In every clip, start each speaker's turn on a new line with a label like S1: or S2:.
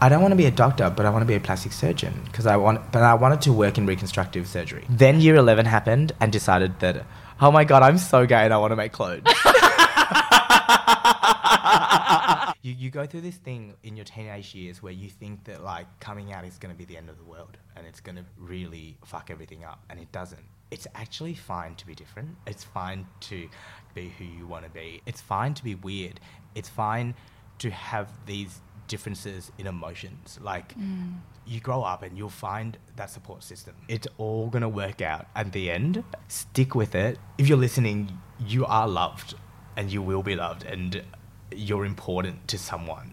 S1: I don't want to be a doctor, but I want to be a plastic surgeon because I want, but I wanted to work in reconstructive surgery. Then year 11 happened and decided that, oh my God, I'm so gay and I want to make clothes. you, you go through this thing in your teenage years where you think that like coming out is going to be the end of the world and it's going to really fuck everything up and it doesn't. It's actually fine to be different. It's fine to be who you want to be. It's fine to be weird. It's fine to have these differences in emotions. Like you grow up and you'll find that support system. It's all going to work out at the end. Stick with it. If you're listening, you are loved and you will be loved and you're important to someone.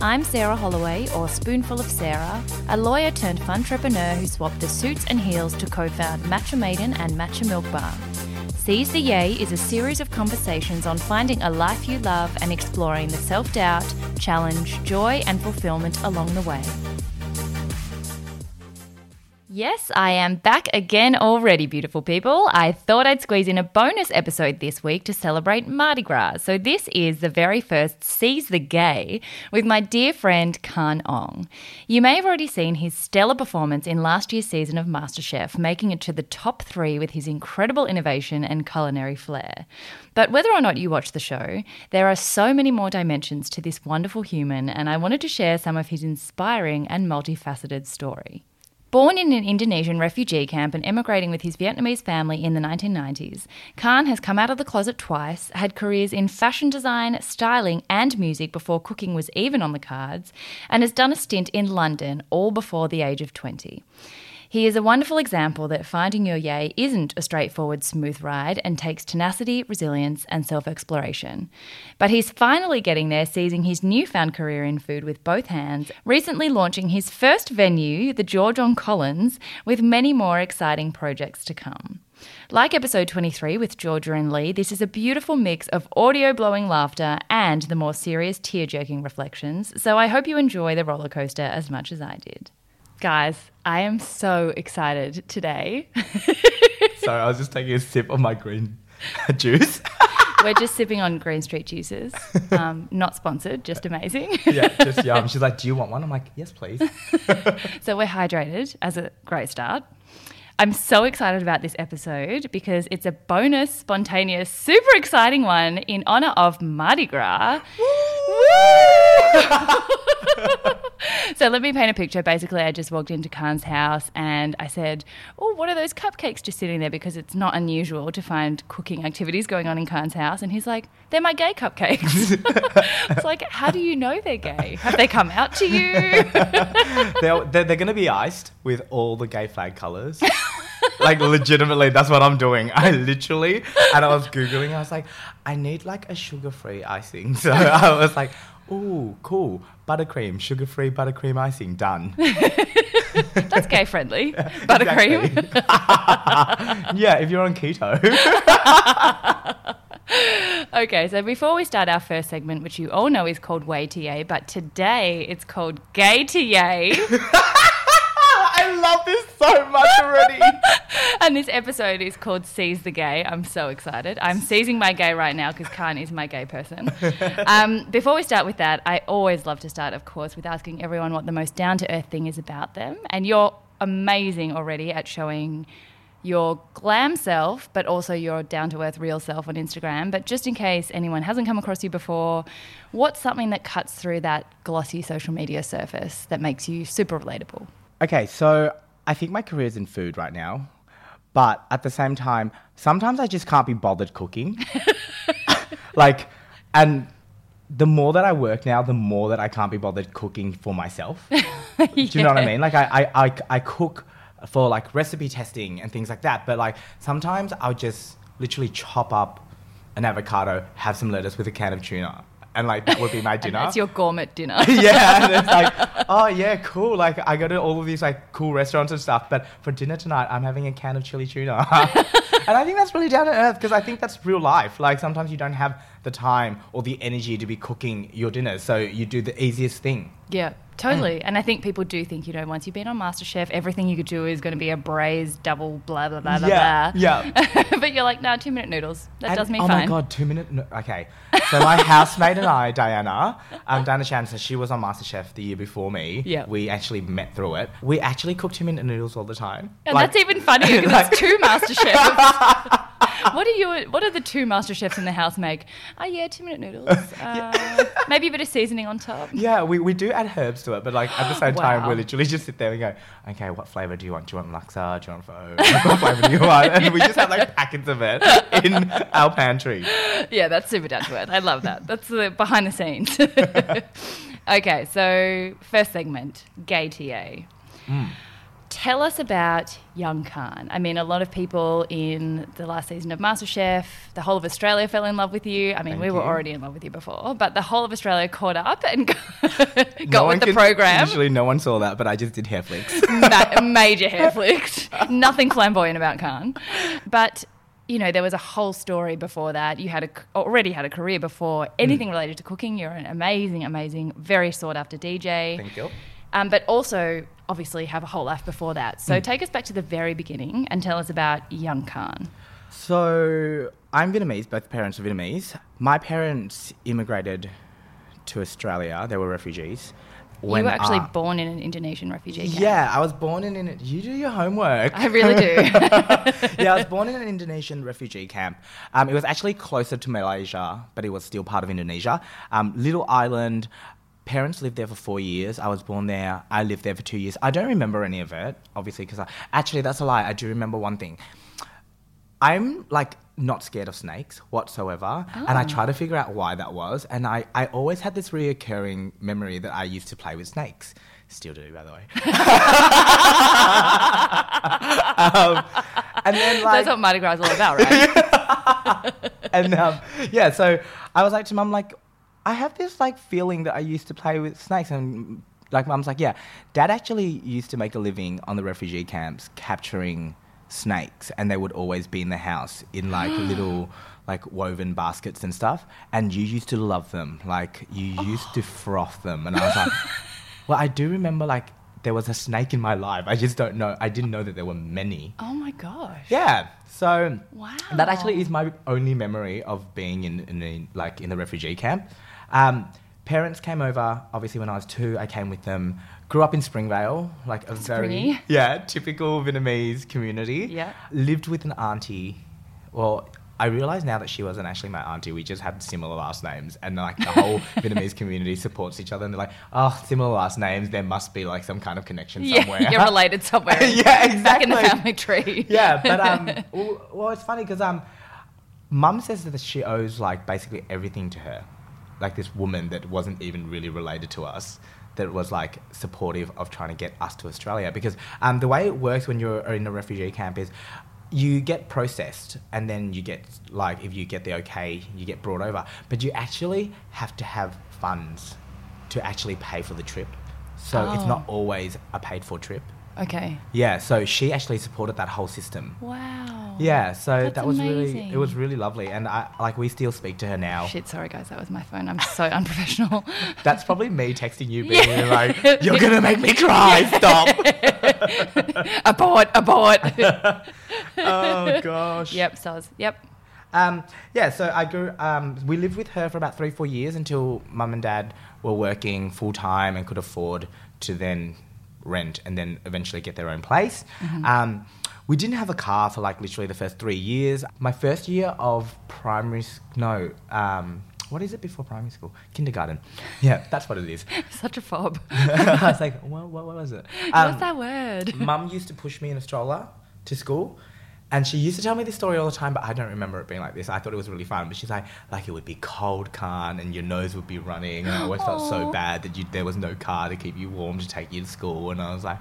S2: I'm Sarah Holloway, or Spoonful of Sarah, a lawyer turned funtrepreneur who swapped the suits and heels to co found Matcha Maiden and Matcha Milk Bar. Seize the Yay is a series of conversations on finding a life you love and exploring the self doubt, challenge, joy, and fulfillment along the way.
S3: Yes, I am back again already, beautiful people. I thought I'd squeeze in a bonus episode this week to celebrate Mardi Gras. So, this is the very first Seize the Gay with my dear friend Khan Ong. You may have already seen his stellar performance in last year's season of MasterChef, making it to the top three with his incredible innovation and culinary flair. But whether or not you watch the show, there are so many more dimensions to this wonderful human, and I wanted to share some of his inspiring and multifaceted story. Born in an Indonesian refugee camp and emigrating with his Vietnamese family in the 1990s, Khan has come out of the closet twice, had careers in fashion design, styling, and music before cooking was even on the cards, and has done a stint in London, all before the age of 20. He is a wonderful example that finding your yay isn't a straightforward, smooth ride and takes tenacity, resilience, and self exploration. But he's finally getting there, seizing his newfound career in food with both hands, recently launching his first venue, the George on Collins, with many more exciting projects to come. Like episode 23 with Georgia and Lee, this is a beautiful mix of audio blowing laughter and the more serious tear jerking reflections, so I hope you enjoy the roller coaster as much as I did. Guys, I am so excited today.
S1: Sorry, I was just taking a sip of my green juice.
S3: We're just sipping on Green Street juices. Um, not sponsored, just amazing.
S1: yeah, just yum. She's like, "Do you want one?" I'm like, "Yes, please."
S3: So we're hydrated as a great start. I'm so excited about this episode because it's a bonus, spontaneous, super exciting one in honor of Mardi Gras. so let me paint a picture. Basically, I just walked into Khan's house and I said, Oh, what are those cupcakes just sitting there? Because it's not unusual to find cooking activities going on in Khan's house. And he's like, They're my gay cupcakes. it's like, How do you know they're gay? Have they come out to you?
S1: they're they're, they're going to be iced with all the gay flag colors. like legitimately, that's what I'm doing. I literally, and I was googling. I was like, I need like a sugar-free icing. So I was like, ooh, cool, buttercream, sugar-free buttercream icing, done.
S3: That's gay friendly. Buttercream.
S1: yeah, if you're on keto.
S3: Okay, so before we start our first segment, which you all know is called Way to Yay, but today it's called Gay to Yay.
S1: I love this so much already.
S3: and this episode is called Seize the Gay. I'm so excited. I'm seizing my gay right now because Khan is my gay person. Um, before we start with that, I always love to start, of course, with asking everyone what the most down to earth thing is about them. And you're amazing already at showing your glam self, but also your down to earth real self on Instagram. But just in case anyone hasn't come across you before, what's something that cuts through that glossy social media surface that makes you super relatable?
S1: Okay, so I think my career's in food right now, but at the same time, sometimes I just can't be bothered cooking. like, and the more that I work now, the more that I can't be bothered cooking for myself. Do you know what I mean? Like, I, I, I, I cook for like recipe testing and things like that, but like sometimes I'll just literally chop up an avocado, have some lettuce with a can of tuna. and like that would be my dinner.
S3: That's your gourmet dinner.
S1: yeah, and it's like, oh yeah, cool. Like I go to all of these like cool restaurants and stuff, but for dinner tonight, I'm having a can of chili tuna. and I think that's really down to earth because I think that's real life. Like sometimes you don't have the time or the energy to be cooking your dinner, so you do the easiest thing.
S3: Yeah, totally. And I think people do think, you know, once you've been on MasterChef, everything you could do is going to be a braised double blah, blah, blah, blah,
S1: yeah,
S3: blah.
S1: yeah.
S3: but you're like, nah, two minute noodles. That
S1: And-
S3: does me
S1: oh
S3: fine.
S1: my god, two minute. No, okay, so my housemate and I, Diana, um, Diana Chan, so she was on MasterChef the year before me.
S3: Yeah.
S1: we actually met through it. We actually cook two minute noodles all the time.
S3: And
S1: Like-
S3: that's even funnier because
S1: like-
S3: it's two master chefs. what are you? What are the two master chefs in the house make? Oh yeah, two minute noodles. Uh, maybe a bit of seasoning on top.
S1: Yeah, we, we do add herbs to it, but like at the same time,
S3: Wow.
S1: we literally just sit there and go, okay, what flavor do you want? Do you want laksa? Do you want pho? what flavor do you want? And we just have like packets of it in our pantry.
S3: Yeah, that's super down to earth. I love that. That's the behind the scenes. okay, so first segment, gay TA.
S1: Hmm.
S3: Tell us about Young Khan. I mean, a lot of people in the last season of MasterChef, the whole of Australia fell in love with you. I mean,
S1: Thank
S3: we were
S1: you.
S3: already in love with you before, but the whole of Australia caught up and got
S1: No one
S3: with the
S1: can-
S3: program.
S1: Usually no one saw that, but I just did hair flicks.
S3: Ma- major hair flicks. Nothing flamboyant about Khan. But, you know, there was a whole story before that. You had a, already had a career
S1: Hmm.
S3: before anything related to cooking. You're an amazing, amazing, very sought after DJ.
S1: Thank you.
S3: Um, but also, obviously, have a whole life before that.
S1: Hmm.
S3: So take us back to the very beginning and tell us about young Khan.
S1: So I'm Vietnamese, both parents are Vietnamese. My parents immigrated to Australia, they were refugees.
S3: you were actually
S1: I-
S3: born in an Indonesian refugee camp.
S1: Yeah, I was born in an. You do your homework.
S3: I really do.
S1: yeah, I was born in an Indonesian refugee camp. Um, it was actually closer to Malaysia, but it was still part of Indonesia. Um, little island. Parents lived there for four years. I was born there. I lived there for two years. I don't remember any of it, obviously, because I actually that's a lie. I do remember one thing. I'm like not scared of snakes whatsoever. And I try to figure out why that was. And I, I always had this reoccurring memory that I used to play with snakes. Still do, by the way. um, and then like
S3: That's what Mardi Gras is all about, right?
S1: and um, yeah, so I was like to mum, like, I have this like feeling that I used to play with snakes, and mm, like mum's like, yeah, dad actually used to make a living on the refugee camps capturing snakes, and they would always be in the house in like little like woven baskets and stuff, and you used to love them, like you used to froth them, and I was like, well, I do remember like. There was a snake in my life. I just don't know. I didn't know that there were many.
S3: oh my gosh.
S1: Yeah. So
S3: Wow.
S1: that actually is my only memory of being in, in the, like in the refugee camp. Um, parents came over. Obviously, when I was two, I came with them. Grew up in Springvale, like a
S3: Springy.
S1: very yeah typical Vietnamese community.
S3: Yeah.
S1: Lived with an auntie. Well, I realize now that she wasn't actually my auntie. We just had similar last names, and like the whole Vietnamese community supports each other. And they're like, oh, similar last names. There must be like some kind of connection somewhere.
S3: Yeah, you're related somewhere.
S1: yeah, exactly
S3: Back in the family tree.
S1: yeah, but um, well, well, it's funny because um, mum says that she owes like basically everything to her, like this woman that wasn't even really related to us, that was like supportive of trying to get us to Australia. Because um, the way it works when you're in a refugee camp is. You get processed, and then you get like if you get the okay, you get brought over. But you actually have to have funds to actually pay for the trip, so it's
S3: Oh.
S1: not always a paid for trip.
S3: Okay.
S1: Yeah, so she actually supported that whole system.
S3: Wow.
S1: Yeah, so
S3: That's
S1: that was really it
S3: amazing.
S1: was really lovely, and I like we still speak to her now.
S3: Shit, sorry guys, that was my phone. I'm so unprofessional.
S1: That's probably me texting you,
S3: Yeah.
S1: being like, "You're gonna make me cry, stop!"
S3: abort, abort.
S1: oh gosh.
S3: yep, so I was, yep.
S1: Um, yeah, so I grew. Um, we lived with her for about three, four years until mum and dad were working full time and could afford to then rent and then eventually get their own place. Um, we didn't have a car for like literally the first three years. My first year of primary, s- no, um, what is it before primary school? Kindergarten. Yeah, that's what it is.
S3: Such a fob.
S1: I was like, what, what, what was it? Um,
S3: What's that word?
S1: Mum used to push me in a stroller to school. And she used to tell me this story all the time, but I don't remember it being like this. I thought it was really fun, but she's like, like it would be cold, Khan, and your nose would be running, and I always felt so
S3: Aw.
S1: bad that you, there was no car to keep you warm to take you to school. And I was like,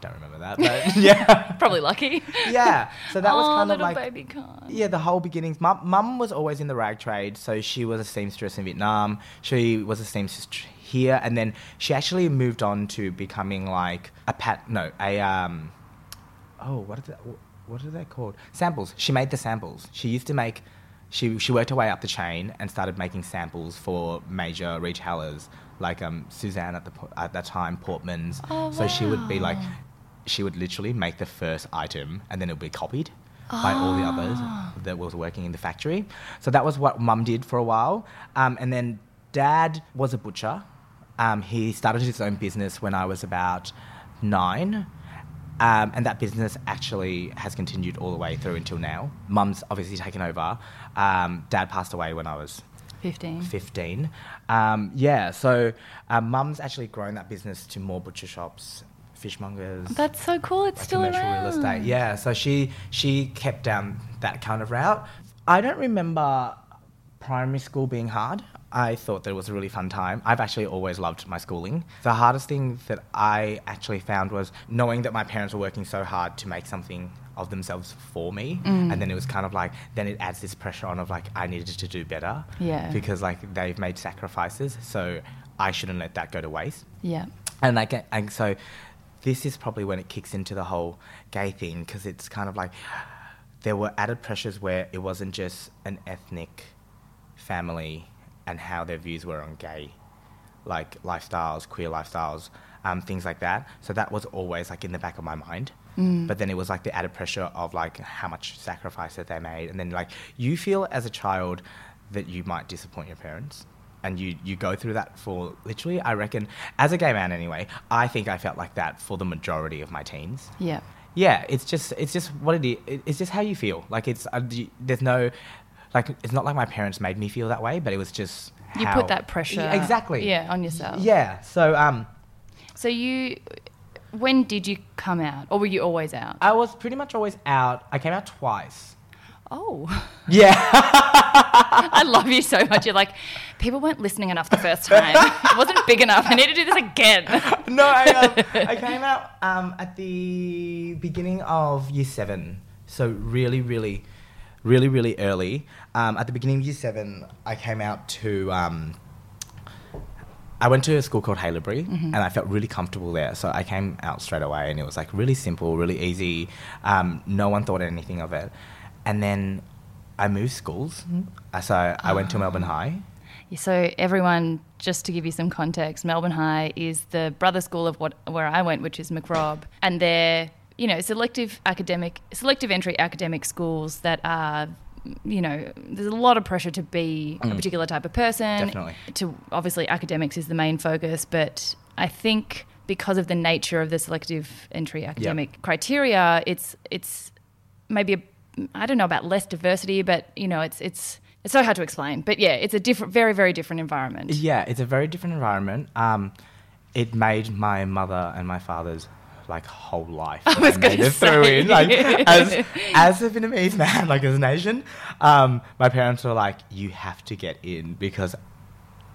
S1: Don't remember that, but yeah,
S3: Probably lucky.
S1: yeah. So that was
S3: oh,
S1: kind of
S3: little
S1: like
S3: baby Khan.
S1: yeah, the whole beginnings. Mum, mum was always in the rag trade, so she was a seamstress in Vietnam. She was a seamstress tr- here, and then she actually moved on to becoming like a pat. No, a um. Oh, what are they, what are they called? Samples. She made the samples. She used to make. She she worked her way up the chain and started making samples for major retailers like um Suzanne at the po- at that time Portman's.
S3: Oh,
S1: so she would be like.
S3: wow.
S1: She would literally make the first item and then it would be copied by all the others that was working in the factory. So that was what mum did for a while. Um, and then dad was a butcher. Um, he started his own business when I was about nine. Um, and that business actually has continued all the way through until now. Mum's obviously taken over. Um, dad passed away when I was
S3: 15.
S1: 15. Um, yeah, so uh, mum's actually grown that business to more butcher shops, fishmongers
S3: That's so cool. It's
S1: like
S3: still
S1: commercial
S3: around.
S1: real estate. Yeah, so she she kept down that kind of route. I don't remember primary school being hard. I thought that it was a really fun time. I've actually always loved my schooling. The hardest thing that I actually found was knowing that my parents were working so hard to make something of themselves for me.
S3: Mm.
S1: And then it was kind of like, then it adds this pressure on of like, I needed to do better.
S3: Yeah.
S1: Because like they've made sacrifices. So I shouldn't let that go to waste.
S3: Yeah.
S1: And like, and so this is probably when it kicks into the whole gay thing because it's kind of like there were added pressures where it wasn't just an ethnic family and how their views were on gay, like lifestyles, queer lifestyles, um, things like that. So that was always like in the back of my mind.
S3: Mm.
S1: But then it was like the added pressure of like how much sacrifice that they made, and then like you feel as a child that you might disappoint your parents and you you go through that for literally i reckon as a gay man anyway i think i felt like that for the majority of my teens
S3: Yeah.
S1: yeah it's just it's just what it is It- it's just how you feel like it's uh, you- there's no like it's not like my parents made me feel that way but it was just
S3: You
S1: how-
S3: put that pressure.
S1: Yeah, exactly
S3: Yeah, on yourself.
S1: yeah so um
S3: So you, when did you come out, or were you always out?
S1: i was pretty much always out i came out twice
S3: oh,
S1: yeah
S3: I love you so much. You're like, people weren't listening enough the first time. it wasn't big enough. I need to do this again.
S1: no I, um, I came out um, at the beginning of year seven so really really really really early um, at the beginning of year seven i came out to um, I went to a school called Halebury and I felt really comfortable there. So I came out straight away and it was like really simple, really easy. Um, no one thought anything of it. And then I moved schools. Uh, So I went to Melbourne High.
S3: So everyone, just to give you some context, Melbourne High is the brother school of what where I went, which is McRob, and they're you know selective academic selective entry academic schools that are you know there's a lot of pressure to be a particular type of person.
S1: Definitely.
S3: To obviously academics is the main focus, but I think because of the nature of the selective entry academic criteria, it's it's maybe a, I don't know about less diversity, but you know, it's it's it's so hard to explain. But yeah, it's a different, very very different environment.
S1: Yeah, it's a very different environment. Um, it made my mother and my father's like whole life. I
S3: was
S1: made
S3: gonna
S1: it through
S3: say.
S1: in like as as a Vietnamese man, like as a nation. Um, my parents were like, "You have to get in because."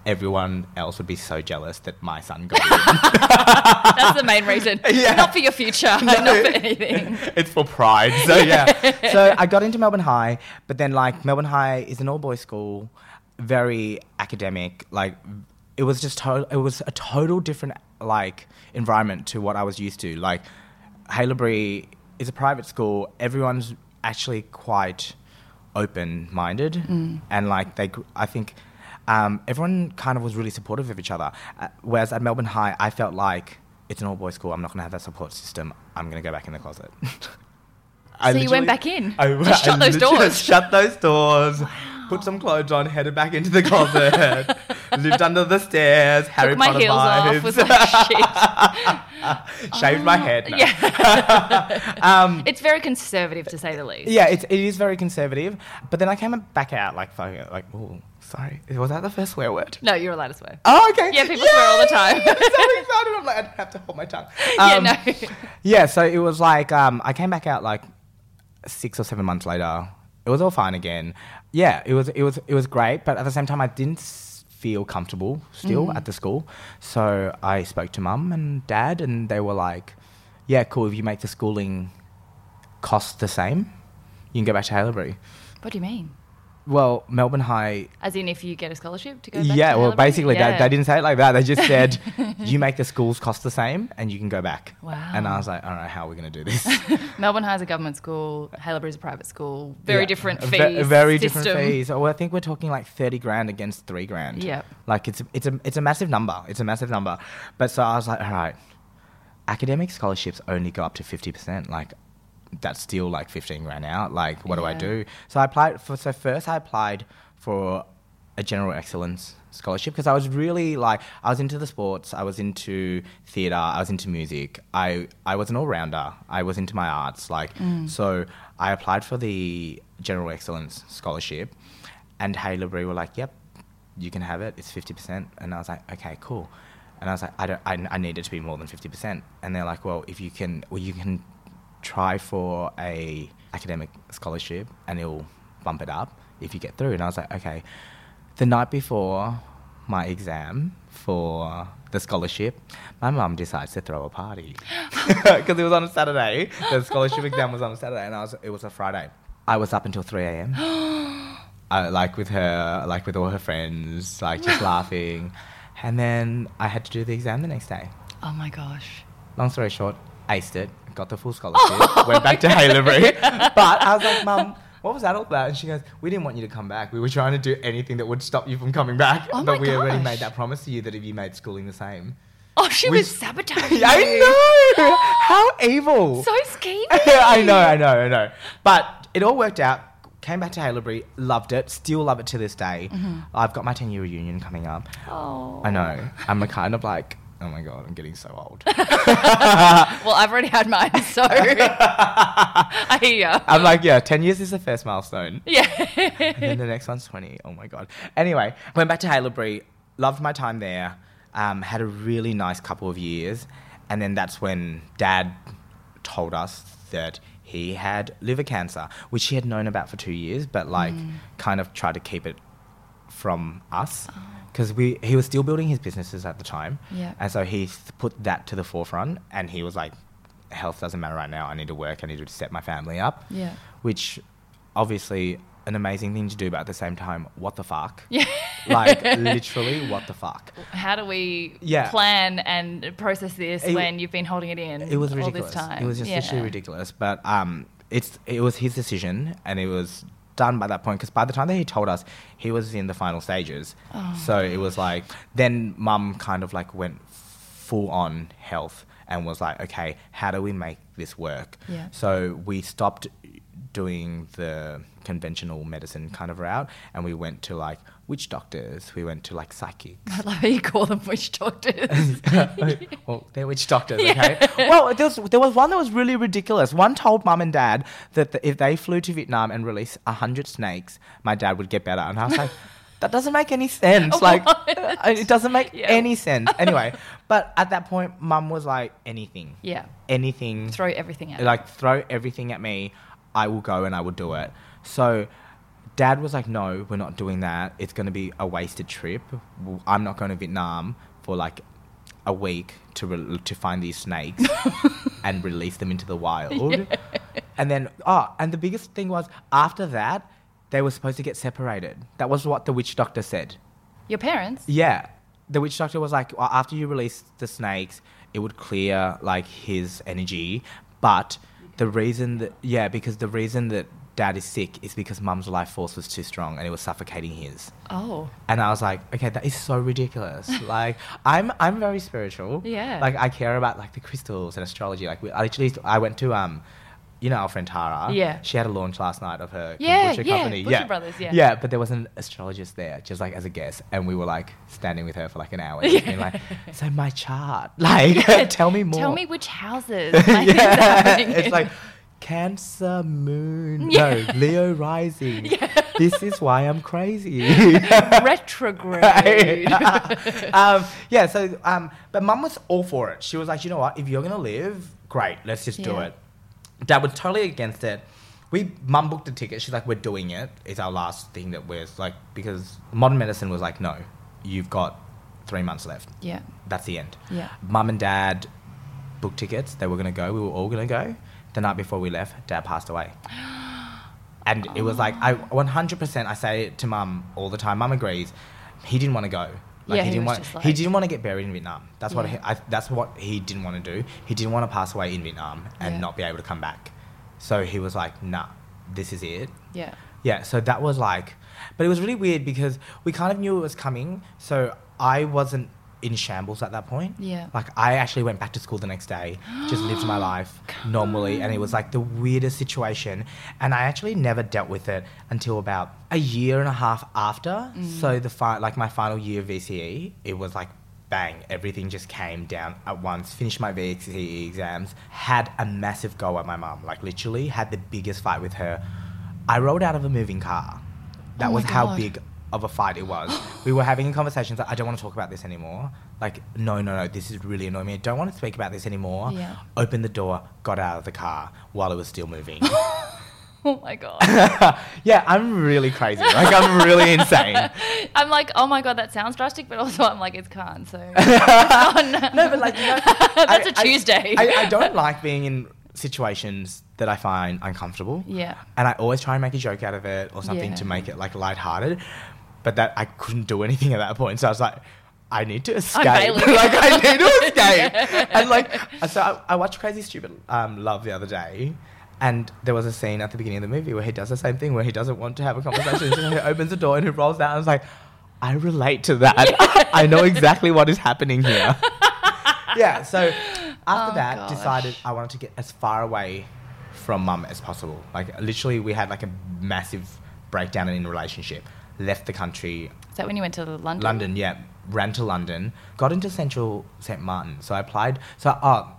S1: Everyone else would be so jealous that my son got in.
S3: That's the main reason.
S1: Yeah.
S3: Not for your future, not for anything.
S1: it's for pride. So yeah. so I got into Melbourne High, but then like Melbourne High is an all boys school, very academic. Like it was just to- it was a total different like environment to what I was used to. Like Halebury is a private school. Everyone's actually quite open minded and like they gr- I think um, everyone kind of was really supportive of each other. Uh, whereas at Melbourne High, I felt like it's an all boys school. I'm not going to have that support system. I'm going to go back in the closet. I
S3: So you
S1: literally-
S3: went back in?
S1: I,
S3: Just shut
S1: I
S3: those
S1: literally
S3: doors?
S1: Shut those doors. Put some clothes on. Headed back into the closet. lived under the stairs. Harry
S3: Took my
S1: Potter
S3: heels
S1: vibes.
S3: off. Was like Oh. shit.
S1: Shaved my head. No. Um,
S3: Yeah. it's very conservative to say the least.
S1: Yeah, it's, it is very conservative. But then I came back out like fucking like, oh, sorry, was that the first swear word?
S3: No, you're allowed to swear.
S1: Oh, okay.
S3: Yeah, people swear all the time.
S1: yeah, I'm so excited. I'm like, I have to hold my tongue. Um,
S3: yeah, no.
S1: yeah, so it was like um, I came back out like six or seven months later. It was all fine again. Yeah, it was it was it was great, but at the same time, I didn't s- feel
S3: Mm.
S1: comfortable still at the school. So I spoke to mum and dad, and they were like, yeah, cool. If you make the schooling cost the same, you can go back to Halebury.
S3: What do you mean?
S1: Well, Melbourne High
S3: As in, if you get a scholarship to go back
S1: yeah,
S3: to
S1: well,
S3: Halebury?
S1: basically,
S3: Yeah.
S1: They, they didn't say it like that. They just said, you make the schools cost the same and you can go back.
S3: Wow.
S1: And I was like, I don't know how we're going to do this.
S3: Melbourne High is a government school. Halebury is a private school. Very
S1: Yeah.
S3: different
S1: A
S3: fees.
S1: ve- a very
S3: system.
S1: different fees. Oh, Well, I think we're talking like 30 grand against three grand.
S3: Yep.
S1: Like it's, it's, a, it's a massive number. It's a massive number. But so I was like, all right, academic scholarships only go up to 50%. Like that's still like 15 grand out. Like, what do I
S3: Yeah.
S1: do? So I applied for, so first I applied for a general excellence scholarship because I was really like, I was into the sports, I was into theatre, I was into music. I, I was an all rounder. I was into my arts. Like, so I applied for the general excellence scholarship and Halebury were like, yep, you can have it. It's 50%. And I was like, okay, cool. And I was like, I, don't, I, I need it to be more than 50%. And they're like, well, if you can, well, you can try for a academic scholarship and it'll bump it up if you get through. And I was like, okay. The night before my exam for the scholarship, my mum decides to throw a party because it was on a Saturday. The scholarship exam was on a Saturday, and I was, it was a Friday. I was up until three a.m.
S3: Oh
S1: I, like with her, like with all her friends, like just laughing. And then I had to do the exam the next day.
S3: Oh my gosh.
S1: Long story short, aced it, got the full scholarship, went back to Halebury. But I was like, Mum, what was that all about? And she goes, We didn't want you to come back. We were trying to do anything that would stop you from coming back.
S3: Oh
S1: but
S3: my
S1: we already
S3: gosh.
S1: made that promise to you that if you made schooling the same.
S3: Oh, she
S1: We
S3: was
S1: s-
S3: sabotaging.
S1: Yeah, I
S3: you.
S1: know! How evil!
S3: So scheming.
S1: I know, I know, I know. But it all worked out. Came back to Halebury, loved it, still love it to this day. I've got my 10 year reunion coming up.
S3: Oh.
S1: I know. I'm a kind of like, oh my God, I'm getting so old.
S3: Well, I've already had mine, so I uh, hear ya.
S1: I'm like, yeah, 10 years is the first milestone.
S3: Yeah.
S1: Uh, And then the next one's 20. Oh my God. Anyway, went back to Halebury, loved my time there, um, had a really nice couple of years. And then that's when dad told us that he had liver cancer, which he had known about for two years, but like kind of tried to keep it from us. Because we, he was still building his businesses at the time,
S3: Oh, Yeah.
S1: and so he th- put that to the forefront. And he was like, "Health doesn't matter right now. I need to work. I need to set my family up."
S3: Yeah.
S1: which obviously an amazing thing to do, but at the same time, what the fuck? Yeah. like literally, what the fuck?
S3: How do we
S1: Yeah.
S3: plan and process this
S1: It-
S3: when you've been holding it in
S1: It was
S3: all
S1: ridiculous.
S3: this time?
S1: It was just
S3: Yeah.
S1: literally ridiculous. But um, it's it was his decision, and it was done by that point because by the time that he told us, he was in the final stages.
S3: Oh.
S1: so it was like then mum kind of like went full on health and was like, okay, how do we make this work?
S3: Yeah.
S1: So we stopped doing the conventional medicine kind of route, and we went to like witch doctors. We went to like psychics.
S3: I love how you call them witch doctors.
S1: well, Oh, they're witch doctors, okay? Well, there was, there was one that was really ridiculous. One told mum and dad that the, if they flew to Vietnam and released 100 snakes, my dad would get better. And I was like, that doesn't make any sense. Like, uh, it doesn't make
S3: Yeah.
S1: any sense. Anyway, but at that point, mum was like, anything.
S3: yeah.
S1: Anything
S3: Throw everything at it.
S1: like throw everything at me i will go and i will do it so dad was like no we're not doing that it's going to be a wasted trip W- i'm not going to vietnam for like a week to re- to find these snakes and release them into the wild and then oh and the biggest thing was after that they were supposed to get separated that was what the witch doctor said
S3: Your parents?
S1: yeah. The witch doctor was like, well, after you release the snakes, it would clear like his energy. But the reason that, yeah, because the reason that dad is sick is because mum's life force was too strong and it was suffocating his.
S3: Oh.
S1: And I was like, okay, that is so ridiculous. like, I'm I'm very spiritual.
S3: Yeah.
S1: Like, I care about like the crystals and astrology. Like, we, I literally, I went to um, you know, our friend Tara.
S3: Yeah.
S1: She had a launch last night of her
S3: Yeah,
S1: kombucha
S3: yeah,
S1: company.
S3: Butcher Brothers, yeah.
S1: Yeah, but there was an astrologist there, just like as a guest, and we were like standing with her for like an hour, and just being like, so my chart, like, tell me more.
S3: Tell me which houses. might be happening
S1: it's
S3: in.
S1: like Cancer Moon,
S3: Yeah.
S1: no Leo rising. This is why I'm crazy.
S3: retrograde.
S1: um, yeah, so um, but mum was all for it. She was like, you know what, if you're gonna live, great, let's just do
S3: Yeah.
S1: it. Dad was totally against it. We mum booked a ticket. She's like, we're doing it. It's our last thing that we're like because modern medicine was like, no, you've got three months left.
S3: yeah.
S1: That's the end.
S3: Yeah.
S1: Mum and dad booked tickets. They were going to go. We were all going to go. The night before we left, dad passed away. And it was like, I 100%, I say it to mum all the time. Mum agrees. He didn't want to go. Like he,
S3: Yeah, he
S1: didn't
S3: was
S1: want
S3: just like-
S1: he didn't want to get buried in Vietnam. That's what
S3: Yeah.
S1: he, I, that's what he didn't want to do. He didn't want to pass away in Vietnam and
S3: Yeah.
S1: not be able to come back. So he was like, "Nah, this is it.
S3: Yeah.
S1: Yeah, so that was like, but it was really weird because we kind of knew it was coming. So I wasn't in shambles at that point.
S3: Yeah.
S1: Like I actually went back to school the next day, just lived my life normally, and it was like the weirdest situation. And I actually never dealt with it until about a year and a half after.
S3: Mm.
S1: So the fi- like my final year of VCE, it was like bang, everything just came down at once. Finished my VCE exams, had a massive go at my mum. Like literally had the biggest fight with her. I rolled out of a moving car. That
S3: Oh my
S1: was how
S3: God.
S1: big of a fight it was. we were having a conversation. Like, I don't want to talk about this anymore. Like, no, no, no. This is really annoying me. I don't want to speak about this anymore.
S3: Yeah.
S1: Opened the door, got out of the car while it was still moving.
S3: Oh my god.
S1: yeah, I'm really crazy. Like, I'm really insane.
S3: I'm like, oh my god, that sounds drastic, but also I'm like, it's can't. So
S1: No, but like, you know,
S3: Oh, that's
S1: a
S3: a Tuesday.
S1: I, I don't like being in situations that I find uncomfortable.
S3: Yeah.
S1: And I always try and make a joke out of it or something
S3: Yeah.
S1: to make it like lighthearted. But that I couldn't do anything at that point. So I was like, I need to escape.
S3: bailing.
S1: like I need to escape. And like so I, I watched Crazy Stupid um, Love the other day. And there was a scene at the beginning of the movie where he does the same thing, where he doesn't want to have a conversation. so he opens the door and he rolls out. I was like, I relate to that. I know exactly what is happening here yeah, so after
S3: Oh,
S1: that,
S3: gosh.
S1: decided I wanted to get as far away from mum as possible. Like, literally, we had like a massive breakdown in relationship. Left the country,
S3: Is that when you went to London?
S1: London, yeah, ran to London, got into Central St. Martin. So I applied. So, oh,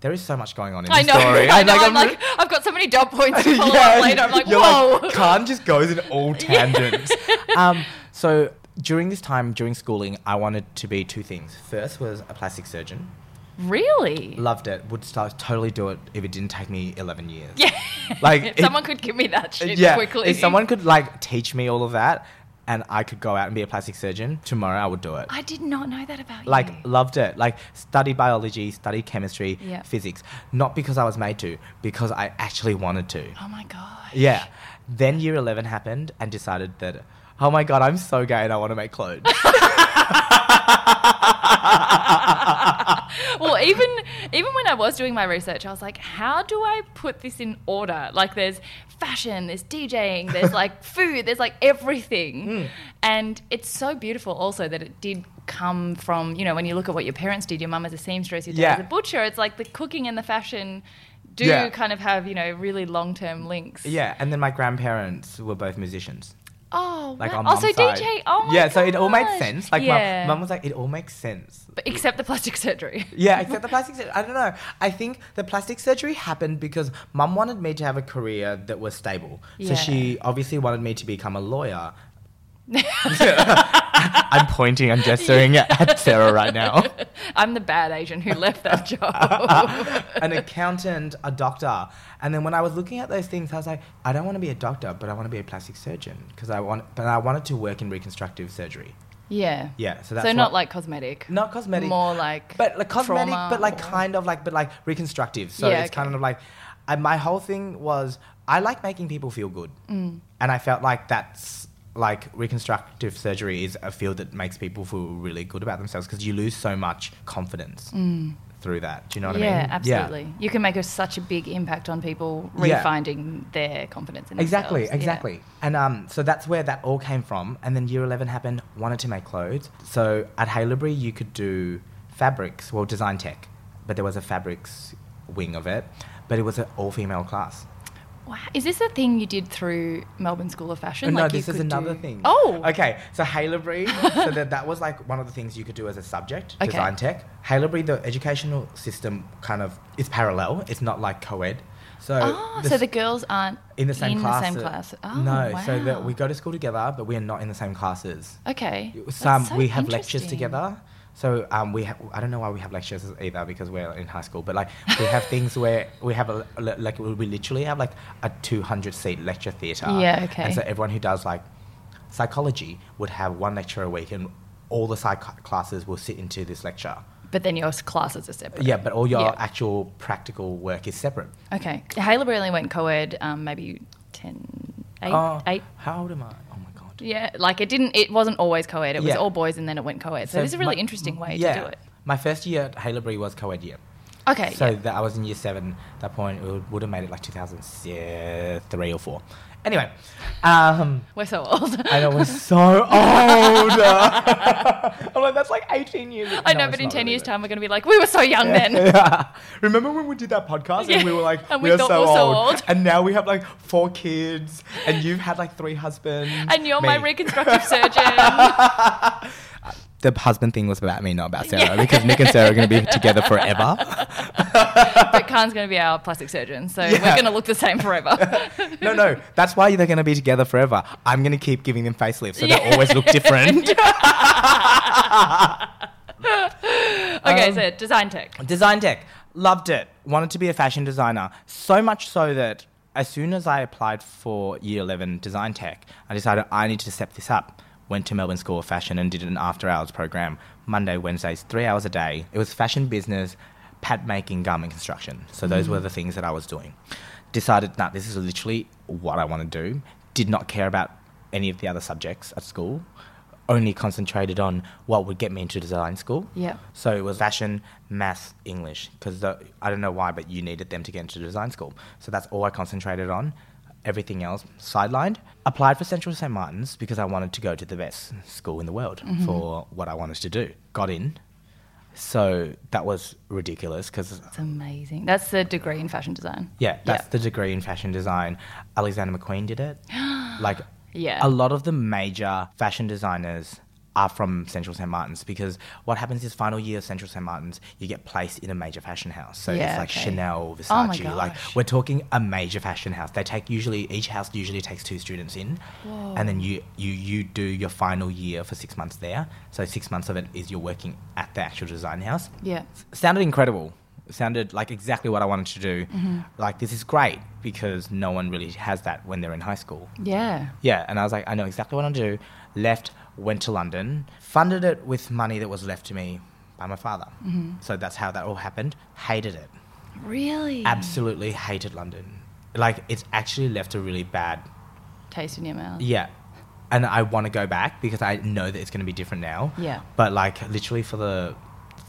S1: there is so much going on in
S3: I
S1: this
S3: know.
S1: story.
S3: I know. I'm,
S1: I'm
S3: like,
S1: re-
S3: I've got so many dot points to follow
S1: Yeah,
S3: up later. I'm like,
S1: you're
S3: whoa.
S1: Khan just goes in all tangents. um, so during this time, during schooling, I wanted to be two things. First was a plastic surgeon.
S3: really?
S1: Loved it. Would start totally do it if it didn't take me eleven years.
S3: Yeah.
S1: Like,
S3: if
S1: it-
S3: someone could give me that shit
S1: yeah.
S3: quickly.
S1: If someone could like teach me all of that, and I could go out and be a plastic surgeon tomorrow, I would do it.
S3: I did not know that about
S1: like
S3: you.
S1: loved it. Like studied biology, studied chemistry,
S3: Yeah.
S1: physics. Not because I was made to, because I actually wanted to.
S3: Oh my god.
S1: Yeah. Then year eleven happened, and decided that. Oh my god, I'm so gay and I want to make clothes.
S3: Well, even even when I was doing my research, I was like, how do I put this in order? Like, there's fashion, there's DJing, there's like food, there's like everything,
S1: Hmm.
S3: and it's so beautiful. Also, that it did come from you know when you look at what your parents did. Your mum as a seamstress, your dad
S1: Yeah.
S3: as a butcher. It's like the cooking and the fashion do
S1: Yeah.
S3: kind of have you know really long term links.
S1: yeah, and then my grandparents were both musicians.
S3: Oh,
S1: like
S3: wow.
S1: on
S3: oh,
S1: mom's
S3: so
S1: side.
S3: DJ. Oh my
S1: yeah. So it all made
S3: gosh.
S1: sense. Like
S3: yeah.
S1: my mum was like, it all makes sense.
S3: But except the plastic surgery.
S1: Yeah, except the plastic surgery. I don't know. I think the plastic surgery happened because mum wanted me to have a career that was stable.
S3: Yeah.
S1: So she obviously wanted me to become a lawyer. I'm pointing and gesturing at Sarah right now.
S3: I'm the bad Asian who left that job.
S1: An accountant, a doctor. And then when I was looking at those things, I was like, I don't want to be a doctor, but I want to be a plastic surgeon because I want but I wanted to work in reconstructive surgery.
S3: yeah.
S1: Yeah, so that's
S3: So not
S1: what-
S3: like cosmetic.
S1: Not cosmetic.
S3: More like
S1: but like cosmetic,
S3: trauma
S1: but like
S3: or-
S1: kind of like, but like reconstructive. So
S3: Yeah,
S1: it's
S3: okay.
S1: kind of like, I, my whole thing was I like making people feel good,
S3: Mm.
S1: and I felt like that's like reconstructive surgery is a field that makes people feel really good about themselves because you lose so much confidence through that. Do you know what I mean?
S3: Mm. yeah, absolutely. You can make a, such a big impact on people
S1: Yeah.
S3: refinding their confidence in
S1: Exactly,
S3: themselves. Yeah.
S1: exactly. And um, so that's where that all came from. And then year 11 happened, wanted to make clothes. So at Halebury, you could do fabrics, well, design tech, but there was a fabrics wing of it, but it was an all female class.
S3: Wow. Is this a thing you did through Melbourne School of Fashion?
S1: Uh, no,
S3: Like you
S1: this is
S3: could
S1: another
S3: do-
S1: thing.
S3: Oh,
S1: Okay, so Halebury, so that, that was like one of the things you could do as a subject,
S3: Okay.
S1: design tech. Halebury, the educational system kind of is parallel, it's not like co ed. So,
S3: Oh, so
S1: s-
S3: the girls aren't
S1: in the same class.
S3: The same class. Oh,
S1: no,
S3: wow.
S1: so that we go to school together, but we are not in the same classes.
S3: Okay. That's
S1: Some
S3: so
S1: we have lectures
S3: interesting.
S1: together. So um, we ha- I don't know why we have lectures either because we're in high school, but like we have things where we have a, le- like we literally have like a 200 seat lecture theatre.
S3: Yeah, okay.
S1: And so everyone who does like psychology would have one lecture a week, and all the psych classes will sit into this lecture.
S3: but then your classes are separate.
S1: Yeah, but all your
S3: Yeah.
S1: actual practical work is separate.
S3: Okay. Haley really went co ed um, maybe 10, 8,
S1: Oh,
S3: 8.
S1: How old am I? Oh my god.
S3: Yeah, like it didn't, it wasn't always co ed. It was
S1: Yeah.
S3: all boys and then it went co ed. So, this is a really
S1: my-
S3: interesting way to
S1: yeah.
S3: do it.
S1: My first year at Halebury was co-ed year.
S3: Okay.
S1: So
S3: yeah.
S1: that I was in year seven. At that point, it would, would have made it like 2003 or four. Anyway, um,
S3: We're so old.
S1: I know we're so old. I'm like, that's like 18 years. ago.
S3: I know,
S1: No,
S3: but
S1: it's
S3: in
S1: not
S3: 10
S1: really,
S3: years'
S1: but-
S3: time, we're going to be like, we were so young then.
S1: Remember when we did that podcast
S3: Yeah.
S1: and we were like,
S3: And we
S1: we are
S3: thought
S1: so,
S3: we were so
S1: old.
S3: old.
S1: and now we have like four kids, and you've had like three husbands,
S3: And you're my
S1: Me.
S3: reconstructive surgeon.
S1: The husband thing was about me, not about Sarah,
S3: Yeah.
S1: because Nick and Sarah are going to be together forever.
S3: but Khan's going to be our plastic surgeon. So
S1: Yeah.
S3: we're going to look the same forever.
S1: No, no, that's why they're going to be together forever. I'm going to keep giving them facelifts so
S3: Yeah.
S1: they always look different.
S3: Okay,
S1: Um,
S3: so design tech.
S1: Design tech, loved it. Wanted to be a fashion designer. So much so that as soon as I applied for year 11 design tech, I decided I need to step this up. Went to Melbourne School of Fashion and did an after hours program Monday, Wednesdays, three hours a day. It was fashion business, pad making, garment construction. So those were the things that I was doing. Decided, nah, this is literally what I want to do. Did not care about any of the other subjects at school. Only concentrated on what would get me into design school.
S3: Yeah.
S1: So it was fashion, math, English, because I don't know why, but you needed them to get into design school. So that's all I concentrated on. Everything else sidelined. Applied for Central St. Martin's because I wanted to go to the best school in the world
S3: Mm-hmm.
S1: for what I wanted to do. Got in. So that was ridiculous because,
S3: It's amazing. That's the degree in fashion design.
S1: yeah, that's
S3: Yeah.
S1: the degree in fashion design. Alexander McQueen did it. like,
S3: Yeah.
S1: a lot of the major fashion designers are from Central St. Martin's because what happens is final year of Central St. Martin's, you get placed in a major fashion house. So
S3: Yeah,
S1: it's like
S3: okay.
S1: Chanel,
S3: Oh my
S1: Versace. like
S3: gosh.
S1: we're talking a major fashion house. They take usually each house usually takes two students in, and then you you you do your final year for six months there. So six months of it is you're working at the actual design house
S3: Yeah.
S1: sounded incredible. Sounded like exactly what I wanted to do.
S3: Mm-hmm.
S1: Like this is great because no one really has that when they're in high school.
S3: Yeah.
S1: Yeah, and I was like, I know exactly what I want to do. Left, went to London, funded it with money that was left to me by my father. So that's how that all happened. Hated it.
S3: Really?
S1: Absolutely hated London. Like it's actually left a really bad
S3: Taste in your mouth.
S1: yeah. And I want to go back because I know that it's going to be different now.
S3: Yeah.
S1: But like literally for the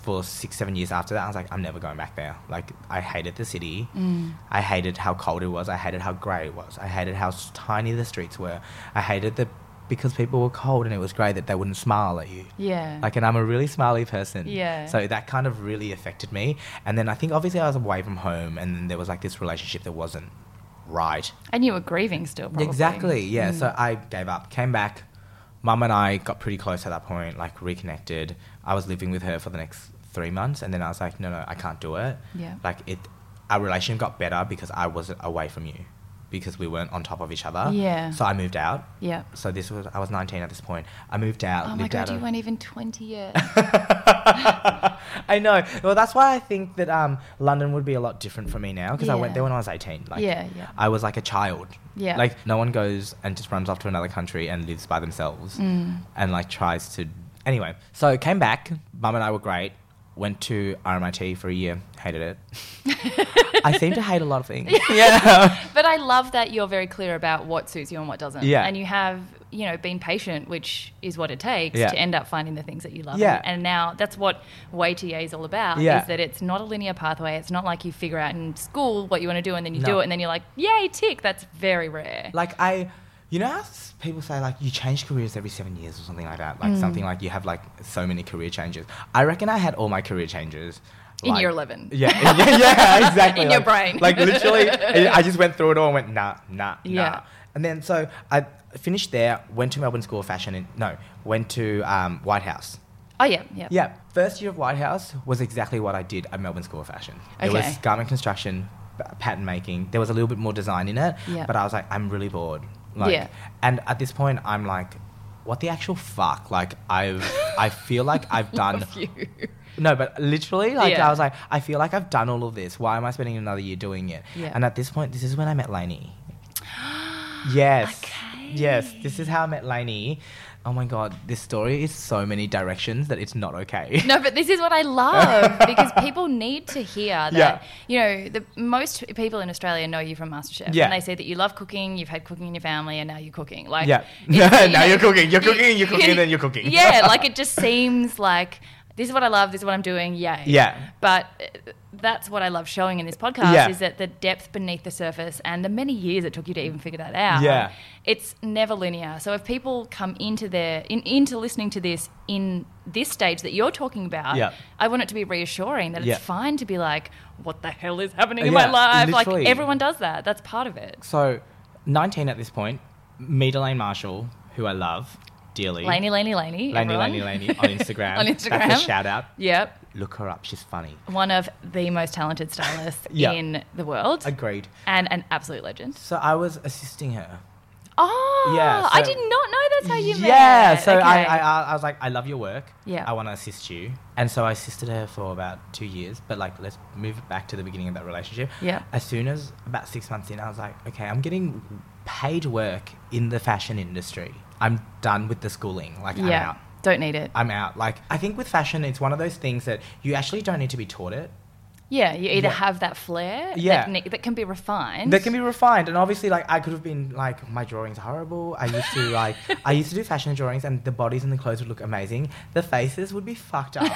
S1: for six seven years after that, I was like, I'm never going back there. Like I hated the city.
S3: Mm.
S1: I hated how cold it was. I hated how grey it was. I hated how s- tiny the streets were. I hated the because people were cold and it was grey that they wouldn't smile at you.
S3: Yeah.
S1: Like, and I'm a really smiley person.
S3: Yeah.
S1: So that kind of really affected me. And then I think obviously I was away from home, and then there was like this relationship that wasn't right.
S3: and you were grieving still, probably. Mm.
S1: Exactly. Yeah. So I gave up. Came back. Mum and I got pretty close at that point. Like reconnected. I was living with her for the next three months, and then I was like, no, no, I can't do it.
S3: Yeah.
S1: Like it, our relation got better because I wasn't away from you, because we weren't on top of each other.
S3: Yeah.
S1: uh, So I moved out.
S3: Yeah.
S1: So this was I was 19 at this point. I moved out.
S3: Oh my
S1: lived out
S3: god, you
S1: of-
S3: weren't even 20 yet.
S1: I know. Well, that's why I think that um, London would be a lot different for me now because I
S3: Yeah.
S1: went there when I was 18. Like,
S3: Yeah, yeah.
S1: I was like a child.
S3: Yeah.
S1: Like, no one goes and just runs off to another country and lives by
S3: Mm.
S1: themselves and, like, tries to. Anyway, so came back. Mum and I were great. Went to RMIT for a year. Hated it. I seem to hate a lot of things. yeah.
S3: but I love that you're very clear about what suits you and what doesn't.
S1: Yeah.
S3: And you have, you know, been patient, which is what it takes
S1: Yeah.
S3: to end up finding the things that you love.
S1: Yeah.
S3: And now that's what Way to Yay is all about
S1: Yeah.
S3: is that it's not a linear pathway. It's not like you figure out in school what you want to do and then you do
S1: No.
S3: it and then you're like, yay, tick. That's very rare.
S1: Like I, you know, how s- people say like you change careers every seven years or something like that. Like
S3: Mm.
S1: something like you have like so many career changes. I reckon I had all my career changes.
S3: In
S1: like-
S3: year 11.
S1: Yeah, yeah, yeah, exactly.
S3: In your
S1: Like-
S3: brain.
S1: Like literally, I I just went through it all and went nah, nah,
S3: Yeah.
S1: nah. And then so I finished there, went to Melbourne School of Fashion, and no, went to um, White House.
S3: Oh, yeah. Yeah.
S1: Yeah, first year of White House was exactly what I did at Melbourne School of Fashion. It was
S3: Okay.
S1: garment construction, b- pattern making. There was a little bit more design in it,
S3: Yeah.
S1: but I was like, I'm really bored. Like,
S3: Yeah.
S1: And at this point, I'm like, what the actual fuck? Like, I've, I feel like I've done.
S3: Love you.
S1: No, but literally, like
S3: Yeah.
S1: I was like, I feel like I've done all of this. Why am I spending another year doing it?
S3: Yeah.
S1: And at this point, this is when I met Lainey. Yes. Yes, this is how I met Lainey. Oh my god, this story is so many directions that it's not okay.
S3: No, but this is what I love because people need to hear that. You know, the most people in Australia know you from MasterChef,
S1: Yeah.
S3: and they say that you love cooking, you've had cooking in your family, and now you're cooking. Like,
S1: Yeah.
S3: it's-
S1: Now you're cooking, you're cooking, you're cooking, and then you're cooking.
S3: Yeah, like it just seems like this is what I love, this is what I'm doing, yay.
S1: Yeah.
S3: But uh, that's what I love showing in this podcast
S1: Yeah.
S3: is that the depth beneath the surface and the many years it took you to even figure that out.
S1: Yeah.
S3: It's never linear. So if people come into their in, into listening to this in this stage that you're talking about,
S1: Yeah.
S3: I want it to be reassuring that
S1: Yeah.
S3: it's fine to be like, what the hell is happening in
S1: Yeah,
S3: my life?
S1: literally.
S3: Like everyone does that. That's part of it.
S1: So, 19 at this point, meet Elaine Marshall, who I love dearly.
S3: Laney, Laney, Laney.
S1: Laney,
S3: everyone.
S1: Laney, Laney on Instagram.
S3: On
S1: That's
S3: Instagram.
S1: a shout out.
S3: Yep.
S1: Look her up, she's funny.
S3: one of the most talented stylists
S1: Yeah.
S3: in the world
S1: Agreed.
S3: and an absolute legend.
S1: So, I was assisting her.
S3: Oh,
S1: Yeah,
S3: I
S1: so-
S3: did not know that's how you
S1: yeah,
S3: met.
S1: so I,
S3: Okay.
S1: I, I I was like, I love your work.
S3: Yeah.
S1: I want to assist you. And so I assisted her for about two years. But like, let's move back to the beginning of that relationship.
S3: Yeah.
S1: As soon as about six months in, I was like, okay, I'm getting paid work in the fashion industry. I'm done with the schooling. Like, I'm
S3: yeah,
S1: out.
S3: don't need it.
S1: I'm out. Like, I think with fashion, it's one of those things that you actually don't need to be taught it.
S3: yeah, you either
S1: Yeah.
S3: have that flair
S1: Yeah.
S3: that, ne- that can be refined.
S1: That can be refined, and obviously, like I could have been like my drawings are horrible. I used to like I used to do fashion drawings, and the bodies and the clothes would look amazing. The faces would be fucked up.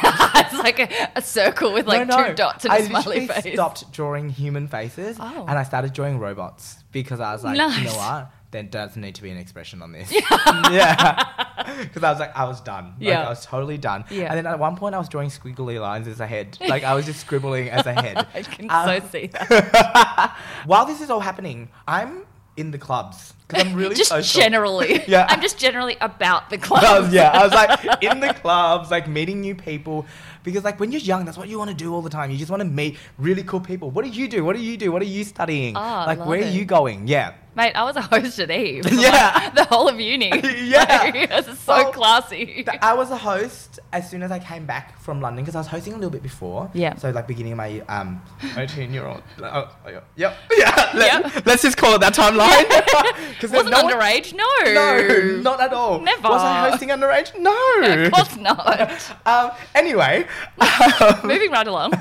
S3: it's like a, a circle with like
S1: No, no.
S3: two dots and
S1: I
S3: a smiley
S1: literally
S3: face.
S1: stopped drawing human faces,
S3: Oh.
S1: and I started drawing robots because I was like, you
S3: Nice.
S1: know what? There doesn't need to be an expression on this. yeah, because I was like, I was done.
S3: Yeah.
S1: like, I was totally done.
S3: Yeah.
S1: And then at one point, I was drawing squiggly lines as a head. Like I was just scribbling as a head.
S3: I can
S1: Um,
S3: so see that.
S1: While this is all happening, I'm in the clubs because I'm really
S3: just
S1: social.
S3: generally.
S1: Yeah.
S3: I'm just generally about the
S1: I
S3: club.
S1: was- yeah, I was like in the clubs, like meeting new people, because like when you're young, that's what you want to do all the time. You just want to meet really cool people. What do you do? What do you do? What are you studying?
S3: Oh, I
S1: like
S3: love
S1: where
S3: it.
S1: are you going? Yeah,
S3: Mate, I was a host at Eve. for,
S1: Yeah.
S3: like, the whole of uni.
S1: Yeah.
S3: Like, this is so
S1: Well,
S3: classy.
S1: Th- uh, I was a host as soon as I came back from London because I was hosting a little bit before.
S3: Yeah.
S1: So like beginning my um, 18 year old. Oh, oh, yeah. yep. Yeah. Let,
S3: Yep.
S1: Let's just call it that timeline. Because
S3: Wasn't underage? No.
S1: No, not at all.
S3: Never.
S1: Was I hosting underage? No.
S3: of course not.
S1: Um, anyway, um,
S3: Moving right along.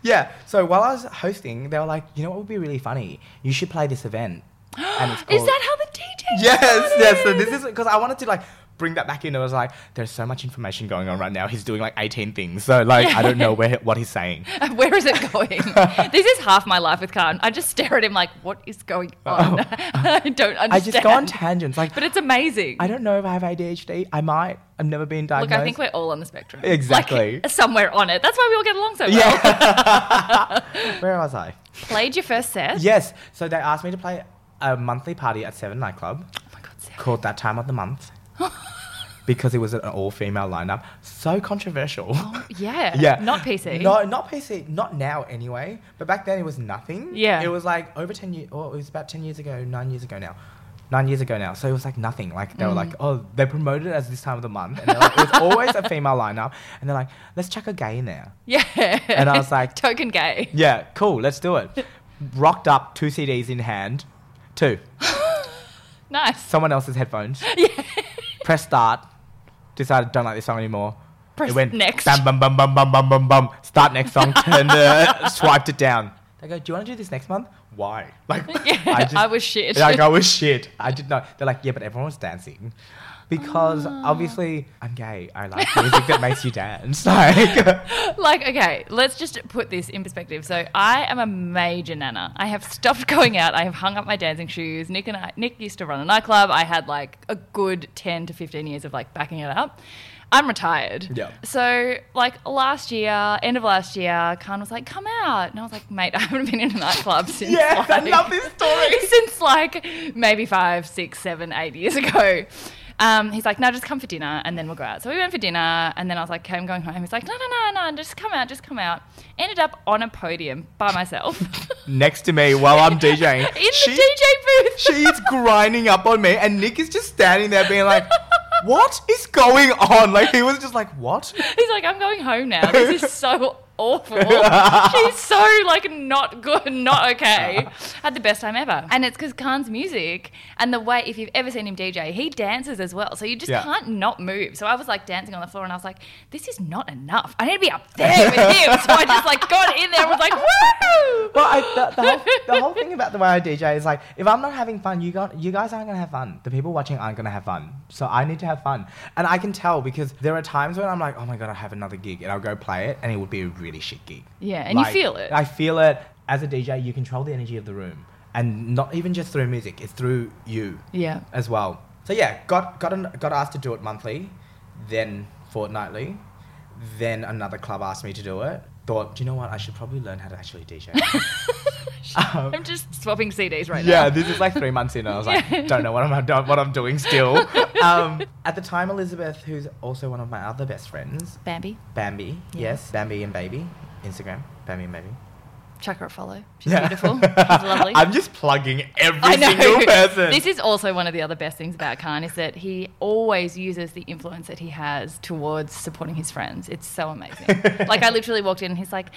S1: yeah. So while I was hosting, they were like, you know what would be really funny? You should play this event. And it's
S3: Is
S1: called-
S3: that how the DJ?
S1: Yes,
S3: started?
S1: yes. So this is because I wanted to like bring that back in. I was like, there's so much information going on right now. He's doing like 18 things. So like, I don't know where what he's saying.
S3: Where is it going? this is half my life with Khan. I just stare at him like, what is going on? I don't understand.
S1: Oh. I just go on tangents. Like,
S3: But it's amazing.
S1: I don't know if I have ADHD. I might. I've never been
S3: Look,
S1: diagnosed.
S3: I think we're all on the spectrum.
S1: Exactly.
S3: Like, somewhere on it. That's why we all get along so well.
S1: yeah. Where was I?
S3: Played your first set.
S1: Yes. So they asked me to play a monthly party at Seven Nightclub.
S3: Oh my God, Sarah.
S1: called That Time of the Month because it was an all female lineup. So controversial.
S3: Oh, Yeah.
S1: yeah.
S3: Not PC.
S1: No, not PC. Not now anyway. But back then it was nothing.
S3: Yeah.
S1: It was like over 10 years, or it was about 10 years ago, nine years ago now. Nine years ago now. So it was like nothing. Like they
S3: Mm.
S1: were like, oh, they promoted it as this time of the month. And they're like, it was always a female lineup. And they're like, let's chuck a gay in there.
S3: Yeah.
S1: And I was like-
S3: token gay.
S1: Yeah, cool. Let's do it. Rocked up, two CDs in hand. Two.
S3: Nice.
S1: someone else's headphones. Press start. Decided don't like this song anymore.
S3: Press next.
S1: Bam, bam, bam, bam, bam, bam, bam, bam. Start next song. Turn the swiped it down. They go, do you want to do this next month? Why? Like
S3: Yeah, I was shit.
S1: Like I was shit. I did not. They're like, yeah, but everyone was dancing. Because
S3: Ah.
S1: obviously I'm gay. I like music that makes you dance. Like
S3: Like, okay, let's just put this in perspective. So, I am a major nana. I have stopped going out. I have hung up my dancing shoes. Nick and I, Nick used to run a nightclub. I had like a good 10 to 15 years of like backing it up. I'm retired.
S1: Yeah.
S3: So, like last year, end of last year, Khan was like, come out. And I was like, mate, I haven't been in a nightclub since.
S1: Yes, I
S3: like-
S1: love this story.
S3: since like maybe five, six, seven, eight years ago. Um, he's like, no, just come for dinner and then we'll go out. So we went for dinner and then I was like, okay, I'm going home. He's like, no, no, no, no, just come out, just come out. Ended up on a podium by myself in
S1: next to me while I'm DJing.
S3: the
S1: she-
S3: DJ booth.
S1: She's grinding up on me, and Nick is just standing there being like, What is going on? Like, he was just like, What?
S3: he's like, I'm going home now. This is so awful. She's so like not good, not okay. Had the best time ever, and it's because Khan's music and the way. If you've ever seen him DJ, he dances as well, so you just
S1: Yeah.
S3: can't not move. So I was like dancing on the floor, and I was like, "This is not enough. I need to be up there with him." So I just like got in there and was like, "Woo!"
S1: Well, I, the, the, whole, the whole thing about the way I DJ is like, if I'm not having fun, you got you guys aren't gonna have fun. The people watching aren't gonna have fun. So I need to have fun, and I can tell because there are times when I'm like, oh my god, I have another gig, and I'll go play it, and it would be a really shit gig.
S3: Yeah, and you feel it.
S1: I feel it as a DJ. You control the energy of the room, and not even just through music. It's through you
S3: Yeah.
S1: as well. So yeah, got got an, got asked to do it monthly, then fortnightly, then another club asked me to do it. Thought, do you know what? I should probably learn how to actually DJ. Um,
S3: I'm just swapping CDs right
S1: yeah,
S3: now.
S1: this is like three months in, and I was like, don't know what I'm don't- what I'm doing still. Um, at the time, Elizabeth, who's also one of my other best friends,
S3: Bambi,
S1: Bambi, yes, Bambi and Baby, Instagram, Bambi and Baby.
S3: chuck her a follow. She's beautiful. She's lovely.
S1: I'm just plugging every single person.
S3: This is also one of the other best things about Khan is that he always uses the influence that he has towards supporting his friends. It's so amazing. like I literally walked in and he's like,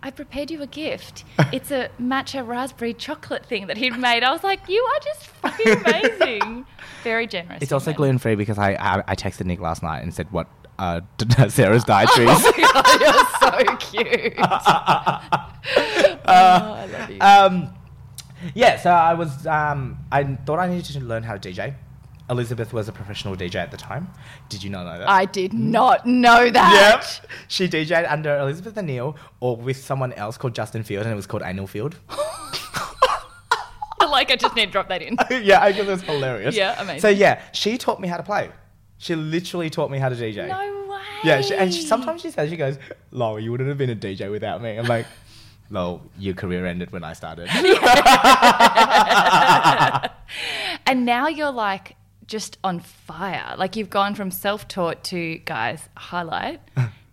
S3: I prepared you a gift. It's a matcha raspberry chocolate thing that he'd made. I was like, you are just fucking amazing. Very generous.
S1: It's also
S3: young man.
S1: gluten free because I, I I texted Nick last night and said what uh, Sarah's dietary is.
S3: Oh, you're so cute.
S1: Uh,
S3: oh, I love you.
S1: um, yeah, so I was um, I thought I needed to learn how to DJ. Elizabeth was a professional DJ at the time. Did you not know that?
S3: I did not know
S1: Yep.
S3: that.
S1: She DJ'd under Elizabeth O'Neill or with someone else called Justin Field and it was called Anal Field.
S3: like I just need to drop that in.
S1: yeah, I guess it was hilarious.
S3: Yeah, amazing.
S1: So yeah, she taught me how to play. She literally taught me how to DJ.
S3: No way.
S1: Yeah, she, and she, sometimes she says, she goes, Lol, you wouldn't have been a DJ without me. I'm like, Lol, your career ended when I started.
S3: And now you're like just on fire. Like you've gone from self taught to guys highlight.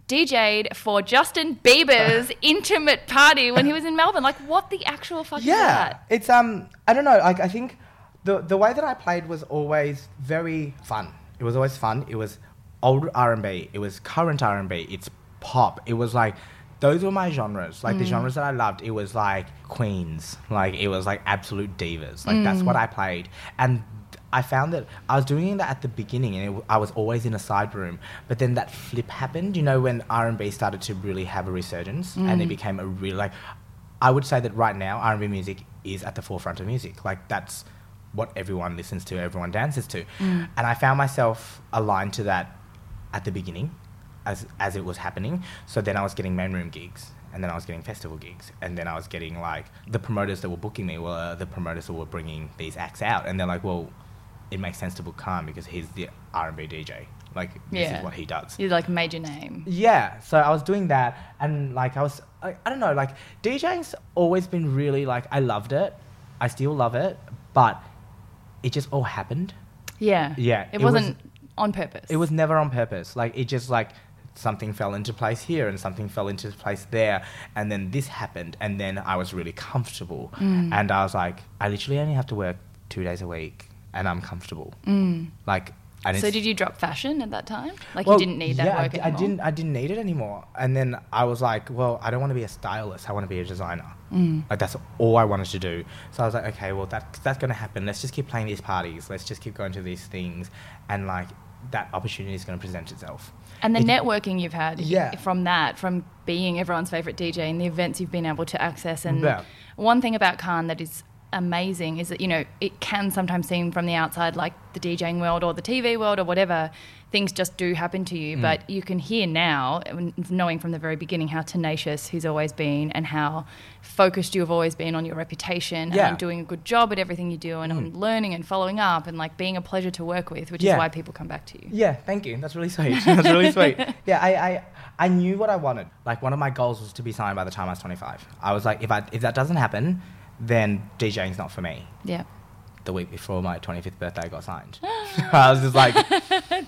S3: DJ'd for Justin Bieber's intimate party when he was in Melbourne. Like, what the actual fuck is
S1: yeah,
S3: that?
S1: it's, um, I don't know, like, I think the, the way that I played was always very fun. It was always fun. It was old R&B. It was current R&B. It's pop. It was like, those were my genres. Like, the genres that I loved, it was like queens. Like, it was like absolute divas. Like, that's what I played. And I found that I was doing that at the beginning, and it, w- I was always in a side room. But then that flip happened, you know, when R and B started to really have a resurgence, and it became a real like. I would say that right now R and B music is at the forefront of music. Like that's what everyone listens to, everyone dances to, and I found myself aligned to that at the beginning, as as it was happening. So then I was getting main room gigs, and then I was getting festival gigs, and then I was getting like the promoters that were booking me were the promoters that were bringing these acts out, and they're like, well, it makes sense to book Khan because he's the R and B DJ. Like this
S3: Yeah.
S1: is what he does.
S3: You're like major name.
S1: Yeah, so I was doing that, and like I was, I, I don't know, like DJing's always been really like I loved it, I still love it, but it just all happened.
S3: Yeah.
S1: Yeah,
S3: It,
S1: it was-
S3: wasn't on purpose.
S1: It was never on purpose. Like it just like something fell into place here and something fell into place there and then this happened and then I was really comfortable
S3: Mm.
S1: and I was like I literally only have to work 2 days a week and I'm comfortable. Mm. Like and
S3: So
S1: it's-
S3: did you drop fashion at that time? Like
S1: well,
S3: you didn't need that
S1: yeah, I
S3: work
S1: di- I,
S3: anymore.
S1: didn't I didn't need it anymore. And then I was like, well, I don't want to be a stylist. I want to be a designer.
S3: Mm.
S1: Like that's all I wanted to do. So I was like, okay, well that that's going to happen. Let's just keep playing these parties. Let's just keep going to these things and like that opportunity is going to present itself.
S3: And the
S1: It-
S3: networking you've had
S1: Yeah.
S3: from that, from being everyone's favorite DJ and the events you've been able to access. And
S1: Yeah.
S3: one thing about Khan that is amazing is that, you know, it can sometimes seem from the outside like the DJing world or the TV world or whatever, things just do happen to
S1: Mm.
S3: you. But you can hear now, and knowing from the very beginning how tenacious he's always been and how focused you've always been on your reputation
S1: Yeah. Mm.
S3: and on doing a good job at everything you do and on learning and following up and like being a pleasure to work with, which
S1: Yeah.
S3: is why people come back to you.
S1: Yeah, thank you. That's really sweet. That's really sweet. Yeah, I, I, I knew what I wanted. Like one of my goals was to be signed by the time I was 25. I was like, if I if that doesn't happen, then DJing's not for me.
S3: Yeah.
S1: The week before my 25th birthday, I got signed. I was just like,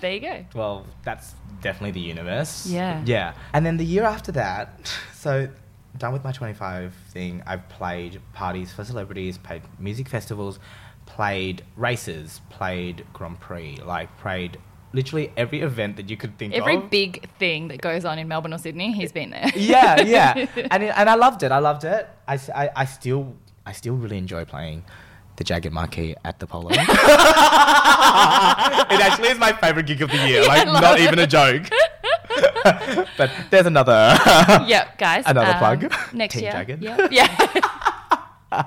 S3: there you go.
S1: well, that's definitely the universe.
S3: Yeah.
S1: Yeah. And then the year after that, so done with my 25 thing, I've played parties for celebrities, played music festivals, played races, played Grand Prix, like played literally every event that you could think
S3: Every
S1: of.
S3: big thing that goes on in Melbourne or Sydney, he's been there.
S1: yeah, yeah. And, it, and I loved it. I loved it. I, s- I- I still I still really enjoy playing the Jagged Marquee at the Polo. it actually is my favorite gig of the year. like,
S3: love
S1: not
S3: it.
S1: even a joke. but there's another.
S3: yep, guys.
S1: Another
S3: um,
S1: plug.
S3: Next
S1: Team
S3: year.
S1: Jagged.
S3: Yep. Yeah.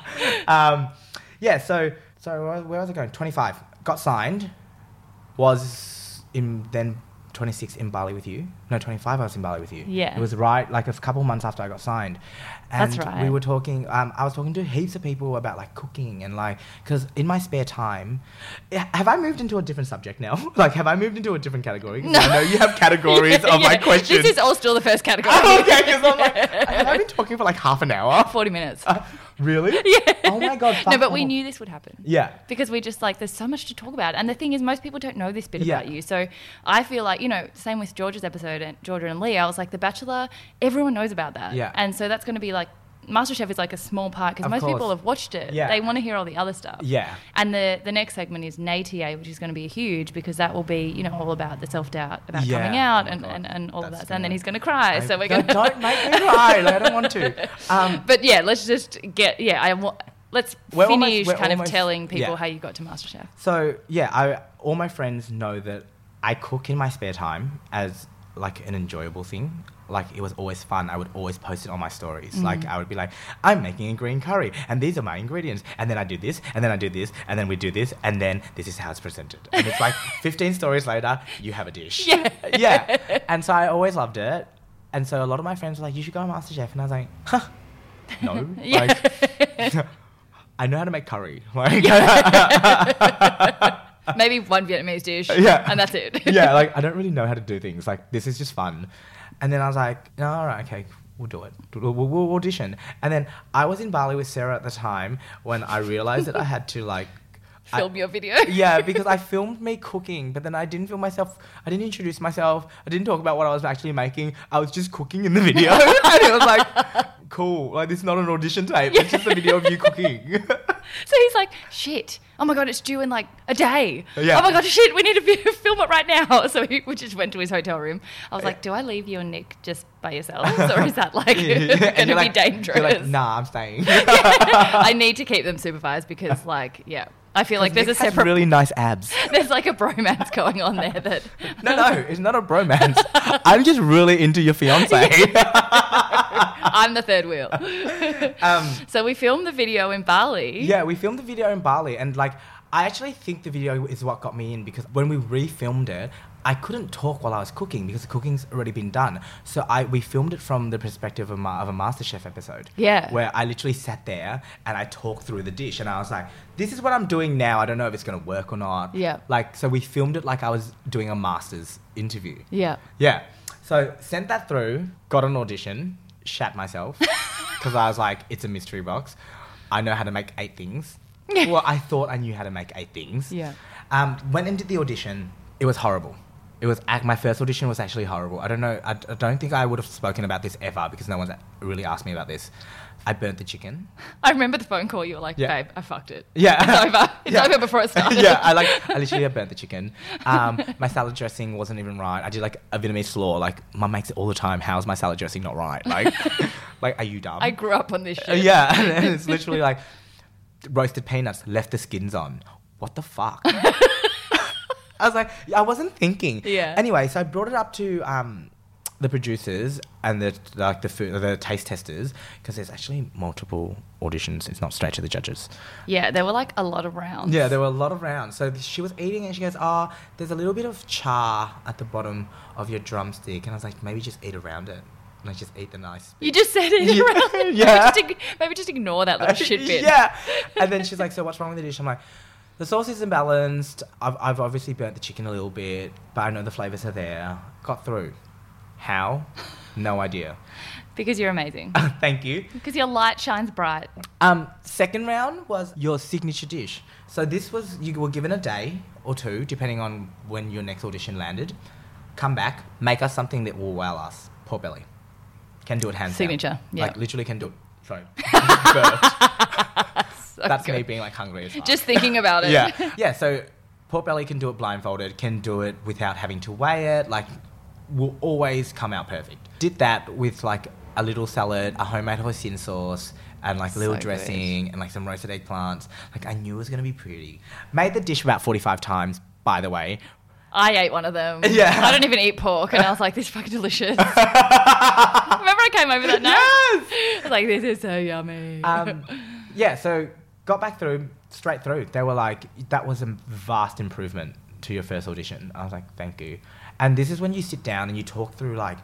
S1: um, yeah, so so where, where was I going? 25. Got signed. Was in then 26 in Bali with you. No, 25 I was in Bali with you.
S3: Yeah.
S1: It was right like a couple months after I got signed. And
S3: That's right.
S1: we were talking um, I was talking to heaps of people about like cooking and like cuz in my spare time Yeah, have I moved into a different subject now? like have I moved into a different category? 'Cause I know you have categories of
S3: Yeah,
S1: my questions.
S3: This is all still the first category.
S1: okay, cuz I'm like I've been talking for like half an hour.
S3: 40 minutes.
S1: Uh, really? Yeah. Oh my god.
S3: no,
S1: fuck
S3: but we
S1: off.
S3: knew this would happen.
S1: Yeah.
S3: Because we just like, there's so much to talk about. And the thing is, most people don't know this bit
S1: Yeah.
S3: about you. So I feel like, you know, same with George's episode and Georgia and Lee, I was like, The Bachelor, everyone knows about that.
S1: Yeah.
S3: And so that's going to be like, MasterChef is like a small part because
S1: Of
S3: most people
S1: course.
S3: have watched it.
S1: Yeah.
S3: They want to hear all the other stuff.
S1: Yeah.
S3: And the, the next segment is NATA, which is going to be huge because that will be, you know, all about the self doubt about
S1: Yeah.
S3: coming
S1: Oh
S3: out
S1: my
S3: and,
S1: God.
S3: and, and all of
S1: That's
S3: that. And then
S1: gonna-
S3: he's going to cry. so we're going
S1: to don't make me cry. Like, I don't want to. Um,
S3: But yeah, let's just get yeah. I wa- let's
S1: We're almost-
S3: finish
S1: we're
S3: kind
S1: almost-
S3: of telling people
S1: yeah.
S3: how you got to MasterChef.
S1: so yeah, I all my friends know that I cook in my spare time as like an enjoyable thing. Like it was always fun. I would always post it on my stories.
S3: Mm-hmm.
S1: Like I would be like, I'm making a green curry, and these are my ingredients, and then I do this, and then I do this, and then we do this, and then this is how it's presented. And it's like 15 stories later, you have a dish.
S3: Yeah.
S1: yeah. And so I always loved it. And so a lot of my friends were like, you should go on MasterChef. And I was like, huh, no.
S3: Yeah.
S1: Like, I know how to make curry. Like,
S3: Maybe one Vietnamese dish.
S1: Uh, Yeah.
S3: and that's it.
S1: yeah, like I don't really know how to do things. Like this is just fun. And then I was like, no, all right, okay, we'll do it. We'll, we'll, we'll audition. And then I was in Bali with Sarah at the time when I realized that I had to like I-
S3: Film your video.
S1: yeah, because I filmed me cooking, but then I didn't film myself. I didn't introduce myself. I didn't talk about what I was actually making. I was just cooking in the video, and it was like, cool. Like this is not an audition tape. It's just a video of you cooking.
S3: So he's like, shit. Oh my god, it's due in like a day.
S1: Yeah.
S3: Oh my god, shit. We need to fi- film it right now. So he we just went to his hotel room. I was like, do I leave you and Nick just by yourselves, or Oh, is that like
S1: And
S3: going to be
S1: you're like-
S3: dangerous?
S1: You're like, nah, I'm staying.
S3: I need to keep them supervised because, like, yeah, I feel like there's a
S1: Nick has
S3: separate.
S1: really nice abs.
S3: there's like a bromance going on there that
S1: No, no, it's not a bromance. I'm just really into your fiance.
S3: I'm the third wheel.
S1: um,
S3: So we filmed the video in Bali.
S1: yeah, we filmed the video in Bali, and like, I actually think the video is what got me in because when we refilmed it, I couldn't talk while I was cooking because the cooking's already been done. So I we filmed it from the perspective of, ma- of a MasterChef episode.
S3: Yeah.
S1: where I literally sat there and I talked through the dish, and I was like, "This is what I'm doing now. I don't know if it's gonna work or not."
S3: Yeah.
S1: like so we filmed it like I was doing a master's interview.
S3: Yeah.
S1: Yeah. So sent that through, got an audition, shat myself because I was like, it's a mystery box. I know how to make eight things. well, I thought I knew how to make eight things.
S3: Yeah.
S1: Um, went into the audition. It was horrible. It was ac- my first audition was actually horrible. I don't know. I, d- I don't think I would have spoken about this ever because no one's really asked me about this. I burnt the chicken.
S3: I remember the phone call. You were like,
S1: Yeah.
S3: babe, I fucked it.
S1: Yeah.
S3: It's over. It's
S1: Yeah.
S3: over before it started.
S1: yeah, I like I literally burnt the chicken. Um, my salad dressing wasn't even right. I did like a Vietnamese law. Like mum makes it all the time. How's my salad dressing not right? Like, like are you dumb?
S3: I grew up on this
S1: Uh,
S3: shit.
S1: yeah, and it's literally like roasted peanuts. Left the skins on. What the fuck? I was like, I wasn't thinking.
S3: Yeah.
S1: Anyway, so I brought it up to um, the producers and the like the food, the taste testers because there's actually multiple auditions. It's not straight to the judges.
S3: Yeah, there were like a lot of rounds.
S1: Yeah, there were a lot of rounds. So she was eating and she goes, Oh, there's a little bit of char at the bottom of your drumstick. And I was like, Maybe just eat around it. And I just eat the nice.
S3: You just said it.
S1: Yeah.
S3: around.
S1: Yeah.
S3: Maybe, just ig- maybe just ignore that little shit bit.
S1: yeah. And then she's like, So what's wrong with the dish? I'm like, The sauce is imbalanced. I've, I've obviously burnt the chicken a little bit, but I know the flavors are there. Got through. How? No idea.
S3: Because you're amazing.
S1: Thank you.
S3: Because your light shines bright.
S1: Um, second round was your signature dish. So this was you were given a day or two, depending on when your next audition landed. Come back, make us something that will wow us. Poor belly, can do it hands
S3: Signature,
S1: Down.
S3: yeah.
S1: Like literally can do it. Sorry, Burped.
S3: So
S1: that's
S3: good.
S1: me being like hungry as well.
S3: Just thinking about it.
S1: yeah, yeah. So Pork Belly can do it blindfolded, can do it without having to weigh it, like, will always come out perfect. Did that with like a little salad, a homemade hoisin sauce, and like a little
S3: So good.
S1: dressing, and like some roasted eggplants. Like, I knew it was gonna be pretty. Made the dish about 45 times, by the way.
S3: I ate one of them.
S1: Yeah.
S3: I don't even eat pork, and I was like, "This is fucking delicious." Remember, I came over that night. Yes. I was like, "This is so yummy."
S1: Um, yeah, so got back through, straight through. They were like, that was a vast improvement to your first audition. I was like, thank you. And this is when you sit down and you talk through like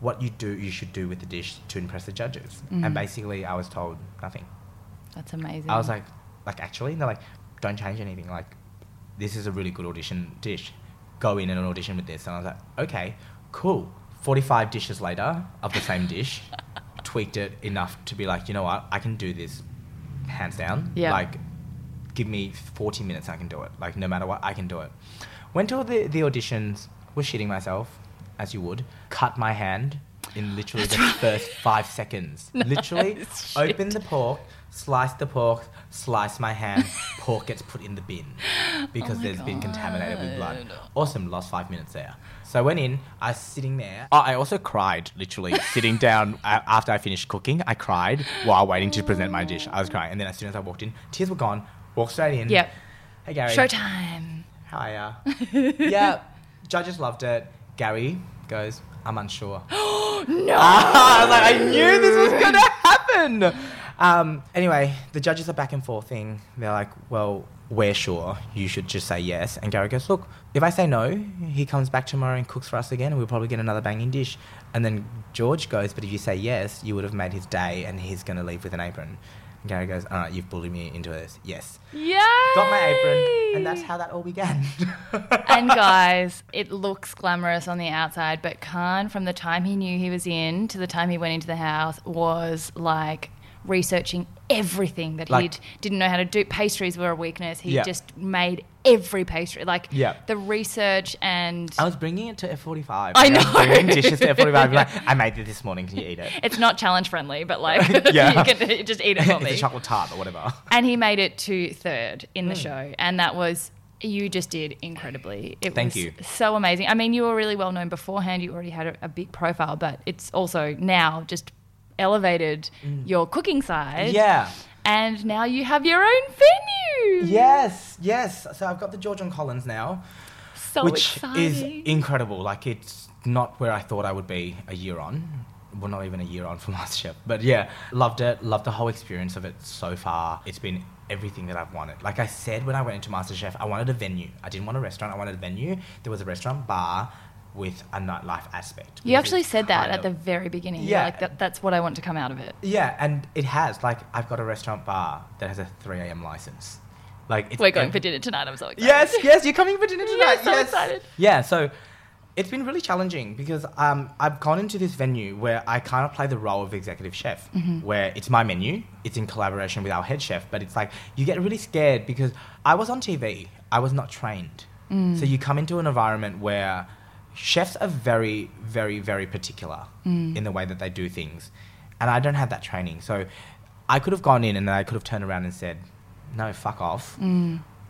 S1: what you do, you should do with the dish to impress the judges. And basically, I was told nothing.
S3: That's amazing.
S1: I was like, like actually, and they're like, don't change anything. Like, this is a really good audition dish. Go in and audition with this. And I was like, okay, cool. Forty-five dishes later of the same dish, tweaked it enough to be like, you know what, I can do this, hands down.
S3: Yeah.
S1: Like, give me forty minutes, I can do it. Like, no matter what, I can do it. Went to all the the auditions, was shitting myself, as you would. Cut my hand in literally the first five seconds. literally,
S3: it's shit.
S1: open the pork, slice the pork, slice my hand, pork gets put in the bin because
S3: Oh my
S1: there's been contaminated with blood.
S3: God.
S1: Awesome, lost five minutes there. So I went in, I was sitting there. Oh, I also cried, literally, sitting down a- after I finished cooking. I cried while waiting to present my dish. I was crying. And then as soon as I walked in, tears were gone, walked straight in.
S3: Yep.
S1: Hey, Gary.
S3: Showtime.
S1: Hiya. yeah, judges loved it. Gary goes, I'm unsure.
S3: No.
S1: I was like, I knew this was going to happen. Um, anyway, the judges are back and forth thing. They're like, well, we're sure. You should just say yes. And Gary goes, look, if I say no, he comes back tomorrow and cooks for us again, and we'll probably get another banging dish. And then George goes, but if you say yes, you would have made his day, and he's going to leave with an apron. And Gary goes, all right, you've bullied me into this. Yes.
S3: Yay!
S1: Got my apron, and that's how that all began.
S3: and guys, it looks glamorous on the outside, but Khan, from the time he knew he was in to the time he went into the house, was like researching everything that
S1: Like-
S3: he didn't know how to do. Pastries were a weakness. He
S1: Yeah.
S3: just made every pastry. Like
S1: Yeah.
S3: the research and.
S1: I was bringing it to F45.
S3: I
S1: was
S3: know.
S1: bringing dishes to F45. Like, I made it this morning. Can you eat it?
S3: It's not challenge friendly, but like
S1: Yeah.
S3: you can just eat it for me.
S1: it's a chocolate tart or whatever.
S3: and he made it to third in
S1: Hmm.
S3: the show, and that was you just did incredibly. It
S1: Thank
S3: was
S1: you.
S3: So amazing. I mean, you were really well known beforehand. You already had a, a big profile, but it's also now just elevated your cooking side.
S1: Hmm. Yeah.
S3: And now you have your own venue.
S1: Yes, yes. So I've got the George and Collins now,
S3: So
S1: which
S3: exciting.
S1: is incredible. Like it's not where I thought I would be a year on. Well, not even a year on for MasterChef, but yeah, loved it. Loved the whole experience of it so far. It's been everything that I've wanted. Like I said when I went into MasterChef, I wanted a venue. I didn't want a restaurant. I wanted a venue. There was a restaurant bar with a nightlife aspect.
S3: you
S1: which
S3: actually
S1: is
S3: said that
S1: kind
S3: at
S1: of-
S3: the very beginning. Yeah.
S1: Yeah.
S3: Like that, that's what I want to come out of it.
S1: Yeah, and it has. Like, I've got a restaurant bar that has a 3 a.m. license. Like, it's
S3: We're going for dinner tonight. I'm so excited.
S1: Yes, yes, you're coming for dinner tonight.
S3: Yes, I'm
S1: yes.
S3: excited.
S1: Yeah, so it's been really challenging because um, I've gone into this venue where I kind of play the role of executive chef, where it's my menu, it's in collaboration with our head chef, but it's like you get really scared because I was on TV, I was not trained. So you come into an environment where chefs are very, very, very particular in the way that they do things. And I don't have that training. So I could have gone in and then I could have turned around and said, no, fuck off.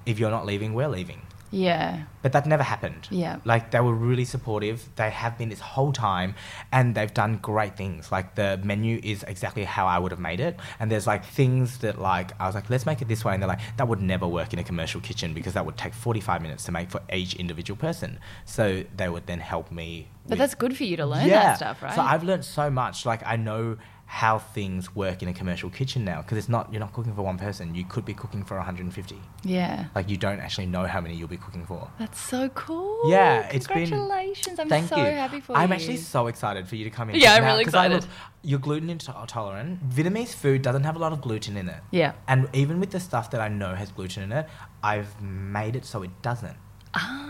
S1: If you're not leaving, we're leaving.
S3: Yeah.
S1: But that never happened.
S3: Yeah.
S1: Like they were really supportive. They have been this whole time and they've done great things. Like the menu is exactly how I would have made it. And there's like things that like I was like, let's make it this way. And they're like, that would never work in a commercial kitchen because that would take 45 minutes to make for each individual person. So they would then help me.
S3: But
S1: with-
S3: that's good for you to learn that stuff, right?
S1: So I've learned so much. Like I know how things work in a commercial kitchen now because it's not you're not cooking for one person. You could be cooking for 150.
S3: yeah.
S1: Like you don't actually know how many you'll be cooking for.
S3: That's so cool.
S1: Yeah, it's been-
S3: congratulations. I'm
S1: Thank
S3: so
S1: you.
S3: happy for you.
S1: I'm actually so excited for you to come in.
S3: Yeah, I'm
S1: now,
S3: really
S1: 'cause I
S3: excited.
S1: look- you're gluten intolerant. Vietnamese food doesn't have a lot of gluten in it.
S3: Yeah.
S1: And even with the stuff that I know has gluten in it, I've made it so it doesn't.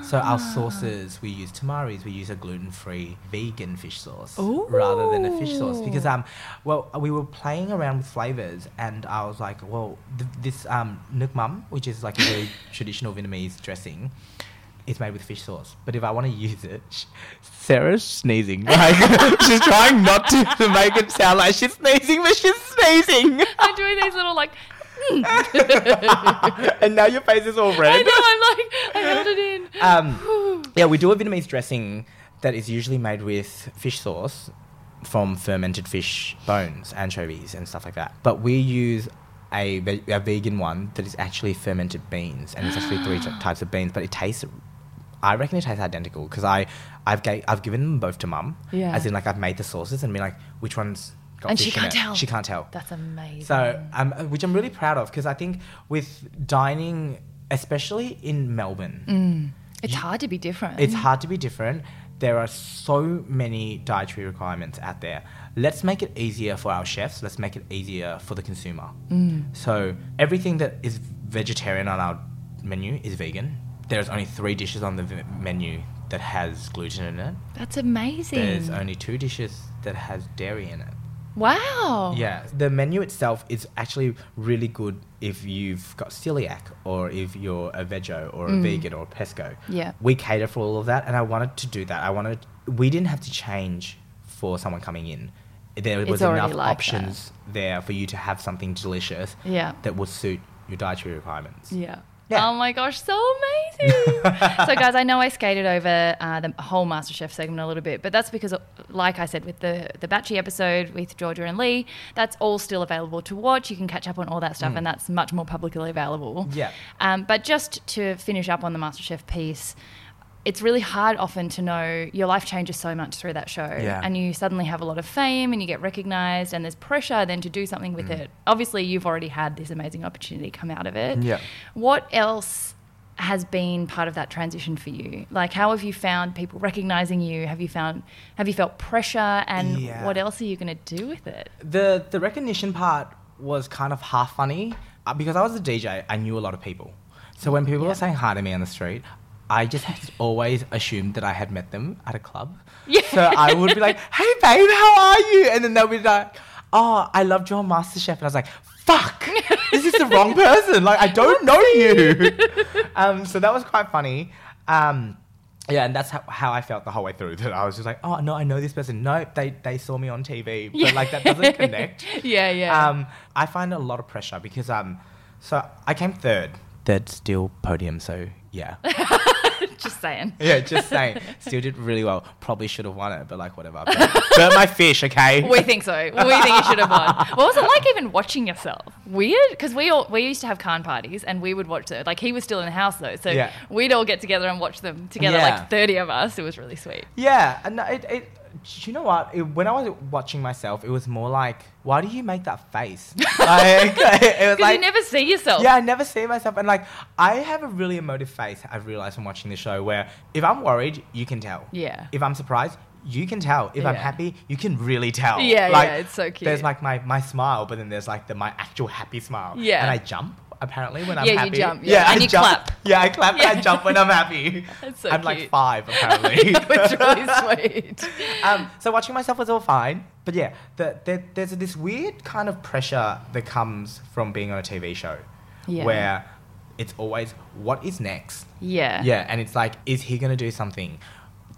S1: So
S3: Ah.
S1: our sauces, we use tamaris, we use a gluten-free vegan fish sauce rather than a fish sauce because um, well, we were playing around with flavors and I was like, well, th- this um nước mắm, which is like a very traditional Vietnamese dressing, is made with fish sauce. But if I want to use it, sh- Sarah's sneezing. Like she's trying not to, to make it sound like she's sneezing, but she's sneezing.
S3: I'm doing Ah. these little like.
S1: and now your face is all
S3: I
S1: red.
S3: know. I'm like. I held
S1: Um, yeah, we do a Vietnamese dressing that is usually made with fish sauce from fermented fish bones, anchovies, and stuff like that. But we use a, ve- a vegan one that is actually fermented beans, and it's actually three ty- types of beans, but it tastes. I reckon it tastes identical because I, I've ga- I've given them both to mum.
S3: Yeah.
S1: As in, like I've made the sauces and been like, which one's got
S3: And
S1: fish
S3: she
S1: in
S3: can't
S1: it?
S3: tell.
S1: She can't tell.
S3: That's amazing.
S1: So, um, which I'm really proud of because I think with dining, especially in Melbourne,
S3: it's hard to be different.
S1: it's hard to be different. There are so many dietary requirements out there. Let's make it easier for our chefs. Let's make it easier for the consumer.
S3: Mm-hmm. Mm.
S1: So everything that is vegetarian on our menu is vegan. There's only three dishes on the v- menu that has gluten in it.
S3: That's amazing.
S1: There's only two dishes that has dairy in it.
S3: wow.
S1: Yeah, the menu itself is actually really good if you've got celiac or if you're a veggie or a vegan or a pesco.
S3: Yeah.
S1: We cater for all of that and I wanted to do that. I wanted we didn't have to change for someone coming in. There
S3: It's
S1: was
S3: already
S1: enough
S3: like that.
S1: options there for you to have something delicious
S3: Yeah.
S1: that would suit your dietary requirements.
S3: Yeah.
S1: Yeah.
S3: Oh my gosh, so amazing! so, guys, I know I skated over uh, the whole MasterChef segment a little bit, but that's because, like I said, with the the Batchy episode with Georgia and Lee, that's all still available to watch. You can catch up on all that stuff, and that's much more publicly available.
S1: Yeah.
S3: Um, but just to finish up on the MasterChef piece, it's really hard often to know your life changes so much through that show.
S1: Yeah.
S3: And you suddenly have a lot of fame and you get recognized, and there's pressure then to do something with
S1: Mm.
S3: it. Obviously, you've already had this amazing opportunity come out of it.
S1: Yeah.
S3: What else? has been part of that transition for you like how have you found people recognizing you have you found have you felt pressure and
S1: Yeah.
S3: what else are you going to do with it
S1: the the recognition part was kind of half funny uh, because I was a DJ. I knew a lot of people, so when people were saying hi to me on the street, I just always assumed that I had met them at a club.
S3: Yeah.
S1: So I would be like, "Hey, babe, how are you?" And then they'll be like, "Oh, I loved your MasterChef," and I was like, "Fuck, is this the wrong person? Like, I don't know you." Um, so that was quite funny. Um, yeah, and that's how, how I felt the whole way through. That I was just like, "Oh no, I know this person. No, they they saw me on TV, but
S3: Yeah.
S1: like that doesn't connect."
S3: yeah yeah
S1: Um, I find a lot of pressure because um, so I came third, third still podium. So yeah,
S3: just saying
S1: yeah, just saying, still did really well. Probably should have won it, but like whatever. Burnt, burnt my fish, okay.
S3: We think so. We think you should have won. What was it like even watching yourself? Weird, because we all we used to have Khan parties and we would watch them. Like he was still in the house though, so
S1: Yeah.
S3: we'd all get together and watch them together,
S1: Yeah.
S3: like thirty of us. It was really sweet.
S1: yeah, and it, it, do you know what? It, when I was watching myself, it was more like, why do you make that face? like, it was
S3: Because you never see yourself.
S1: Yeah, I never see myself. And like, I have a really emotive face, I've realized from watching the show, where if I'm worried, you can tell.
S3: Yeah.
S1: If I'm surprised, you can tell. If I'm
S3: Yeah.
S1: happy, you can really tell.
S3: Yeah,
S1: like,
S3: yeah, it's so cute.
S1: There's like my, my smile, but then there's like the my actual happy smile.
S3: Yeah.
S1: And I jump, apparently, when I'm
S3: Yeah, you
S1: happy.
S3: jump, yeah. And
S1: I
S3: you
S1: jump.
S3: clap.
S1: Yeah, I clap and
S3: Yeah.
S1: I jump when I'm happy.
S3: That's so
S1: I'm
S3: cute.
S1: like five, apparently.
S3: it was really sweet.
S1: um, so watching myself was all fine, but yeah, the, the, there's this weird kind of pressure that comes from being on a TV show,
S3: Yeah.
S1: where it's always what is next.
S3: Yeah.
S1: Yeah, and it's like, is he going to do something?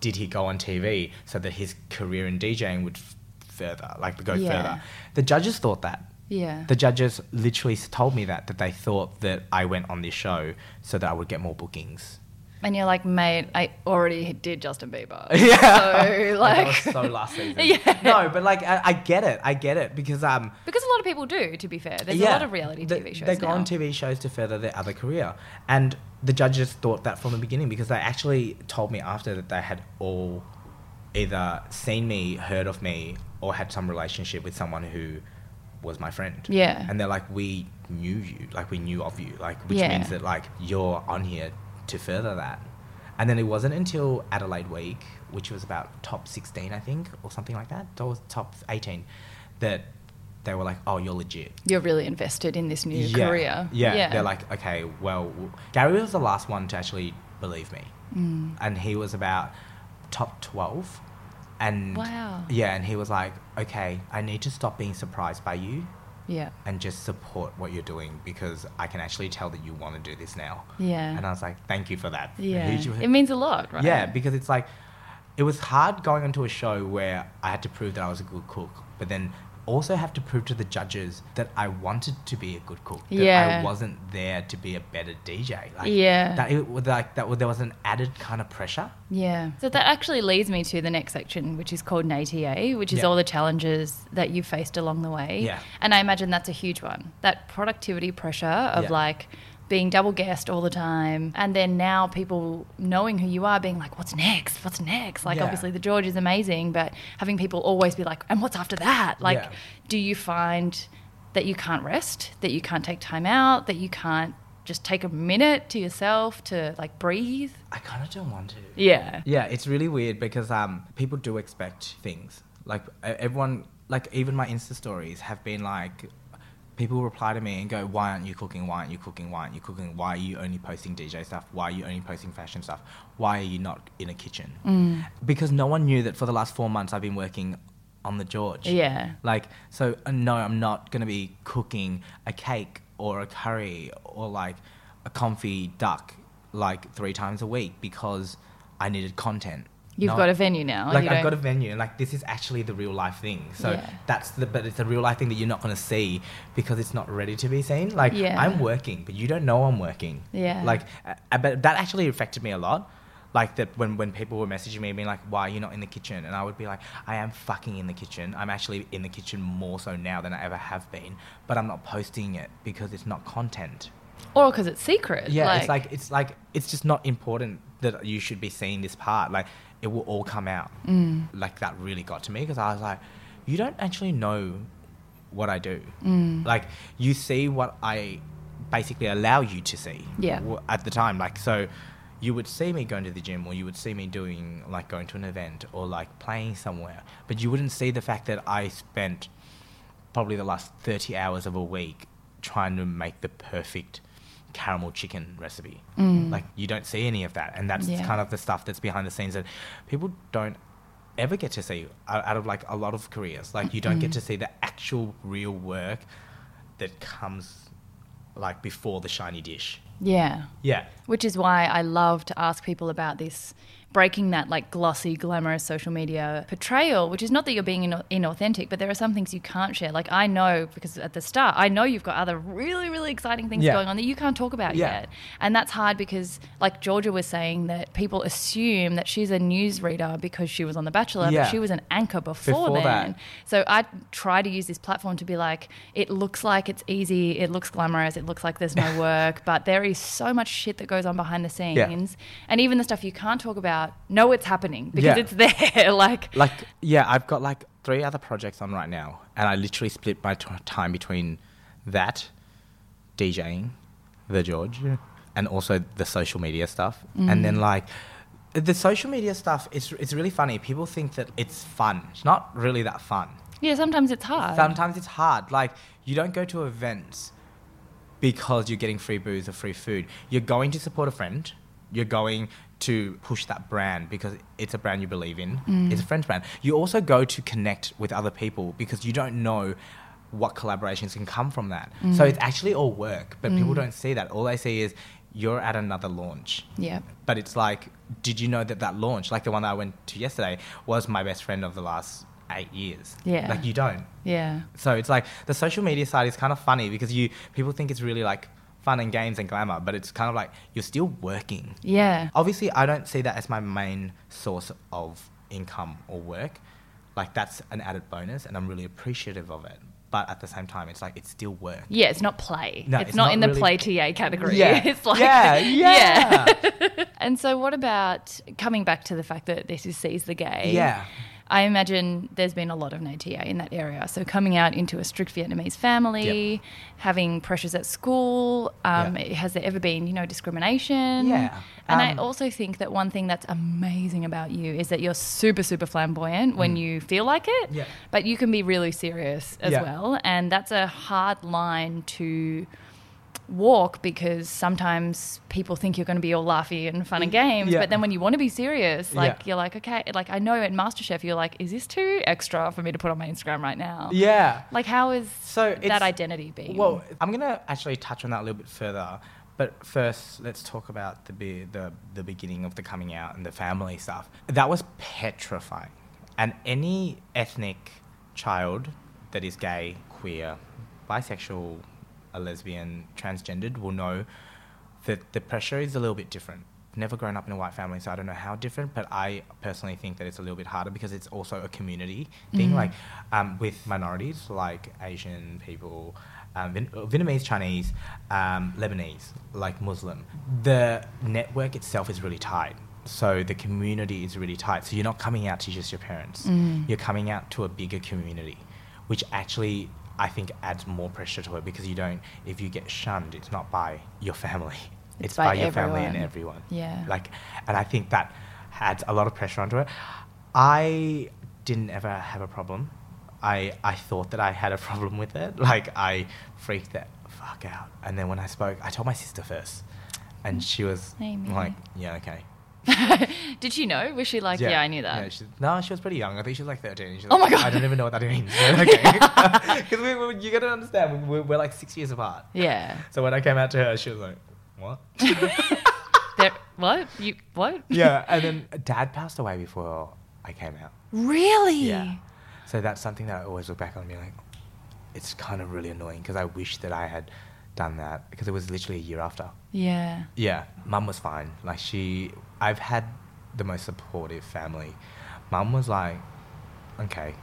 S1: Did he go on TV so that his career in DJing would f- further, like go
S3: Yeah.
S1: further? The judges thought that.
S3: Yeah.
S1: The judges literally s- told me that that they thought that I went on this show so that I would get more bookings.
S3: and you're like, mate, I already did Justin Bieber.
S1: Yeah.
S3: So
S1: That
S3: like.
S1: was so last season.
S3: Yeah.
S1: No, but like I, I get it. I get it because um
S3: Because a lot of people do, to be fair. There's
S1: yeah,
S3: a lot of reality
S1: they-
S3: TV shows.
S1: They go
S3: now.
S1: on TV shows to further their other career, and the judges thought that from the beginning because they actually told me after that they had all either seen me, heard of me, or had some relationship with someone who was my friend.
S3: Yeah.
S1: and they're like, we knew you, like we knew of you, like which
S3: Yeah.
S1: means that like you're on here to further that. And then it wasn't until Adelaide Week, which was about top 16, I think, or something like that, or top 18, that they were like, oh, you're legit
S3: You're really invested in this new
S1: yeah,
S3: career.
S1: Yeah. They're like, okay, well, w- Gary was the last one to actually believe me.
S3: Mm.
S1: And he was about top 12. And
S3: Wow.
S1: yeah, and he was like, okay, I need to stop being surprised by you
S3: yeah.
S1: and just support what you're doing because I can actually tell that you want to do this now.
S3: Yeah.
S1: And I was like, thank you for that.
S3: Yeah.
S1: He was-
S3: It means a lot, right?
S1: yeah, because it's like it was hard going onto a show where I had to prove that I was a good cook, but then also have to prove to the judges that I wanted to be a good cook. That
S3: Yeah.
S1: I wasn't there to be a better DJ. Like,
S3: Yeah.
S1: That it, was like that was- there was an added kind of pressure.
S3: Yeah. So that actually leads me to the next section, which is called an ATA, which is
S1: Yeah.
S3: all the challenges that you faced along the way.
S1: Yeah.
S3: And I imagine that's a huge one. That productivity pressure of
S1: Yeah.
S3: like being double guessed all the time. And then now people knowing who you are being like, what's next? What's next? Like,
S1: Yeah.
S3: obviously, the George is amazing, but having people always be like, and what's after that? Like,
S1: Yeah.
S3: do you find that you can't rest, that you can't take time out, that you can't just take a minute to yourself to like breathe?
S1: I kind of don't want to.
S3: Yeah.
S1: Yeah, it's really weird because um, people do expect things. Like e- everyone, like even my Insta stories have been like, people reply to me and go, "Why aren't you cooking? Why aren't you cooking? Why aren't you cooking? Why are you only posting DJ stuff? Why are you only posting fashion stuff? Why are you not in a kitchen?" Because no one knew that for the last four months I've been working on the George.
S3: Yeah.
S1: Like, so uh, no, I'm not going to be cooking a cake or a curry or like a confit duck like three times a week because I needed content.
S3: You've
S1: No-
S3: got a venue now.
S1: like
S3: you
S1: I've
S3: don't-
S1: got a venue, and like this is actually the real life thing. So
S3: Yeah.
S1: that's the, but it's a real life thing that you're not going to see because it's not ready to be seen. Like
S3: Yeah.
S1: I'm working, but you don't know I'm working.
S3: Yeah.
S1: Like, uh, uh, but that actually affected me a lot. Like that when when people were messaging me, being like, "Why are you not in the kitchen?" and I would be like, "I am fucking in the kitchen. I'm actually in the kitchen more so now than I ever have been, but I'm not posting it because it's not content."
S3: or because it's secret.
S1: Yeah, it's like it's like it's just not important that you should be seeing this part. Like it will all come out. Mm. Like that really got to me because I was like, you don't actually know what I do.
S3: Mm.
S1: Like you see what I basically allow you to see.
S3: Yeah.
S1: w- At the time, like so. You would see me going to the gym, or you would see me doing like going to an event, or like playing somewhere, but you wouldn't see the fact that I spent probably the last 30 hours of a week trying to make the perfect caramel chicken recipe. Like you don't see any of that. And that's
S3: Yeah.
S1: kind of the stuff that's behind the scenes that people don't ever get to see out out of like a lot of careers. Like you don't get to see the actual real work that comes like before the shiny dish.
S3: yeah,
S1: Yeah.
S3: which is why I love to ask people about this, breaking that like glossy, glamorous social media portrayal. Which is not that you're being ina- inauthentic, but there are some things you can't share. Like I know because at the start, I know you've got other really, really exciting things
S1: Yeah.
S3: going on that you can't talk about
S1: Yeah.
S3: yet, and that's hard because, like Georgia was saying, that people assume that she's a newsreader because she was on The Bachelor,
S1: Yeah.
S3: but she was an anchor before,
S1: Before that.
S3: then. So I try to use this platform to be like, it looks like it's easy, it looks glamorous, it looks like there's no work, but there is so much shit that goes on behind the scenes. And even the stuff you can't talk about, know it's happening because
S1: Yeah.
S3: it's there. like,
S1: Like, yeah, I've got like three other projects on right now, and I literally split my t- time between that, DJing, the George, and also the social media stuff. And then like the social media stuff, it's it's really funny. People think that it's fun. It's not really that fun.
S3: yeah, sometimes it's hard.
S1: Sometimes it's hard. Like you don't go to events because you're getting free booze or free food. You're going to support a friend. You're going to push that brand because it's a brand you believe in.
S3: Mm.
S1: It's a friend's brand. You also go to connect with other people because you don't know what collaborations can come from that.
S3: Mm.
S1: So it's actually all work, but people don't see that. All they see is you're at another launch
S3: yeah.
S1: but it's like, did you know that that launch, like the one that I went to yesterday, was my best friend of the last eight years?
S3: Yeah.
S1: Like you don't.
S3: Yeah.
S1: So it's like the social media side is kind of funny because you people think it's really like fun and games and glamour, but it's kind of like you're still working.
S3: Yeah.
S1: Obviously, I don't see that as my main source of income or work. Like that's an added bonus, and I'm really appreciative of it. But at the same time, it's like it's still work.
S3: Yeah, it's not play.
S1: No,
S3: it's,
S1: it's
S3: not,
S1: not
S3: in the
S1: really-
S3: play TA category.
S1: Yeah.
S3: it's like
S1: yeah, yeah.
S3: And so, what about coming back to the fact that this is Seize the Gay?
S1: Yeah.
S3: I imagine there's been a lot of no TA in that area. So, coming out into a strict Vietnamese family, having pressures at school, um,
S1: Yeah.
S3: has there ever been, you know, discrimination?
S1: Yeah.
S3: And I
S1: Um,
S3: also think that one thing that's amazing about you is that you're super, super flamboyant
S1: mm.
S3: when you feel like it,
S1: Yeah.
S3: but you can be really serious as
S1: Yeah.
S3: well. And that's a hard line to walk because sometimes people think you're going to be all laughy and fun and games
S1: Yeah.
S3: but then when you want to be serious like
S1: Yeah.
S3: you're like okay like i know at masterchef you're like is this too extra for me to put on my instagram right now
S1: yeah.
S3: like how is
S1: So
S3: Oh. that
S1: it's-
S3: identity being
S1: Well, I'm gonna actually touch on that a little bit further, but first let's talk about the be- the the beginning of the coming out and the family stuff. That was petrifying, and any ethnic child that is gay, queer, bisexual, a lesbian, transgendered will know that the pressure is a little bit different. Never grown up in a white family, so I don't know how different, but I personally think that it's a little bit harder because it's also a community thing. Like um, with minorities, like Asian people, um, Vin- uh, Vietnamese, Chinese, um, Lebanese, like Muslim, the network itself is really tight. So the community is really tight. So you're not coming out to just your parents,
S3: Mm.
S1: you're coming out to a bigger community, which actually I think adds more pressure to it because you don't, if you get shunned, it's not by your family. It's,
S3: It's
S1: by,
S3: by
S1: your family and
S3: everyone.
S1: everyone.
S3: Yeah.
S1: Like, and I think that adds a lot of pressure onto it. I didn't ever have a problem. I, I thought that I had a problem with it. Like, I freaked that fuck out. And then when I spoke, I told my sister first. And she was
S3: Amy.
S1: like, yeah, okay.
S3: Did she know? Was she like, yeah, I knew that?
S1: Yeah, she- no, she was pretty young. I think she was like 13. She was
S3: Oh
S1: like,
S3: my God.
S1: I don't even know what that means. okay. Because we, we, you got to understand, we, we're, we're like six years apart.
S3: Yeah.
S1: So when I came out to her, she was like, what?
S3: There- what? You what?
S1: yeah. And then dad passed away before I came out.
S3: Really?
S1: Yeah. So that's something that I always look back on and be like, it's kind of really annoying because I wish that I had done that because it was literally a year after.
S3: Yeah.
S1: Yeah, mum was fine. Like she, I've had the most supportive family. Mum was like, okay.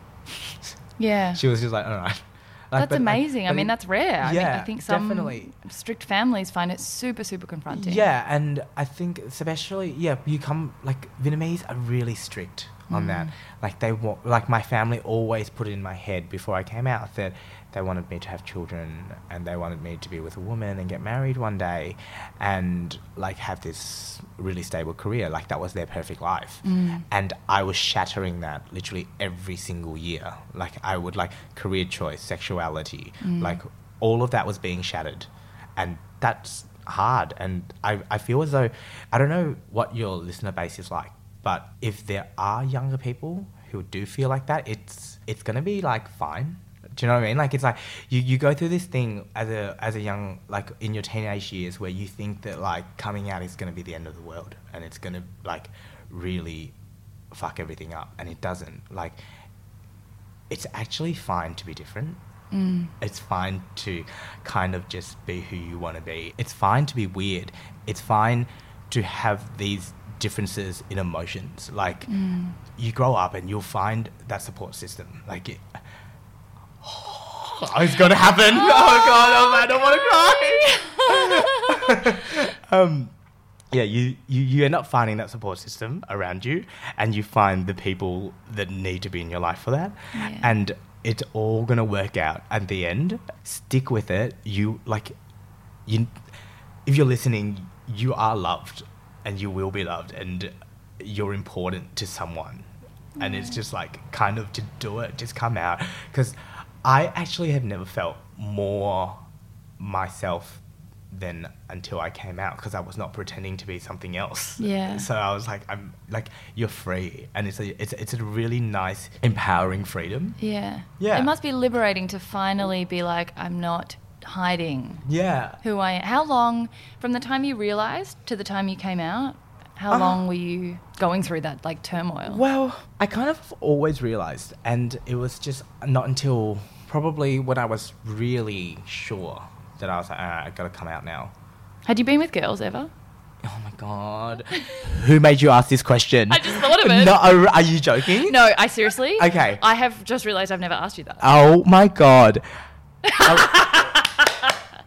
S3: Yeah.
S1: She was just like, all right. Like,
S3: that's
S1: but, like,
S3: amazing. I
S1: but
S3: mean,
S1: it-
S3: that's rare. I, think, I
S1: yeah,
S3: think some
S1: definitely.
S3: strict families find it super, super confronting.
S1: Yeah, and I think especially yeah, you come like Vietnamese are really strict on
S3: Mm.
S1: that. Like they want, like my family always put it in my head before I came out that they wanted me to have children and they wanted me to be with a woman and get married one day, and like have this really stable career. Like that was their perfect life,
S3: Mm,
S1: and I was shattering that literally every single year. Like I would like career choice, sexuality, like all of that was being shattered and that's hard and I, I feel as though i don't know what your listener base is like but if there are younger people who do feel like that it's it's going to be like fine do you know what i mean like it's like you, you go through this thing as a as a young like in your teenage years where you think that like coming out is going to be the end of the world and it's going to like really fuck everything up and it doesn't like it's actually fine to be different.
S3: mm.
S1: It's fine to kind of just be who you want to be. It's fine to be weird. It's fine to have these differences in emotions. Like you grow up and you'll find that support system. Like it, it's going to happen. Oh, god, oh, I don't want to cry. um yeah, you, you, you end up finding that support system around you and you find the people that need to be in your life for that.
S3: Yeah.
S1: And it's all gonna work out at the end. Stick with it. You like you if you're listening, you are loved and you will be loved and you're important to someone. And it's just like kind of to do it, just come out. Because I actually have never felt more myself than until I came out because I was not pretending to be something else.
S3: Yeah.
S1: So I was like, I'm like, you're free, and it's a it's it's a really nice empowering freedom.
S3: Yeah.
S1: Yeah.
S3: It must be liberating to finally be like, I'm not hiding
S1: Yeah.
S3: who I am. How long, from the time you realized to the time you came out, how
S1: Uh,
S3: long were you going through that like turmoil?
S1: Well, I kind of always realized, and it was just not until probably when I was really sure that I was like, all right, I gotta come out now.
S3: Had you been with girls ever?
S1: Oh my god, who made you ask this question?
S3: I just thought of it.
S1: No, are, are you joking?
S3: No, I seriously.
S1: Okay.
S3: I have just realized I've never asked you that.
S1: Oh my god.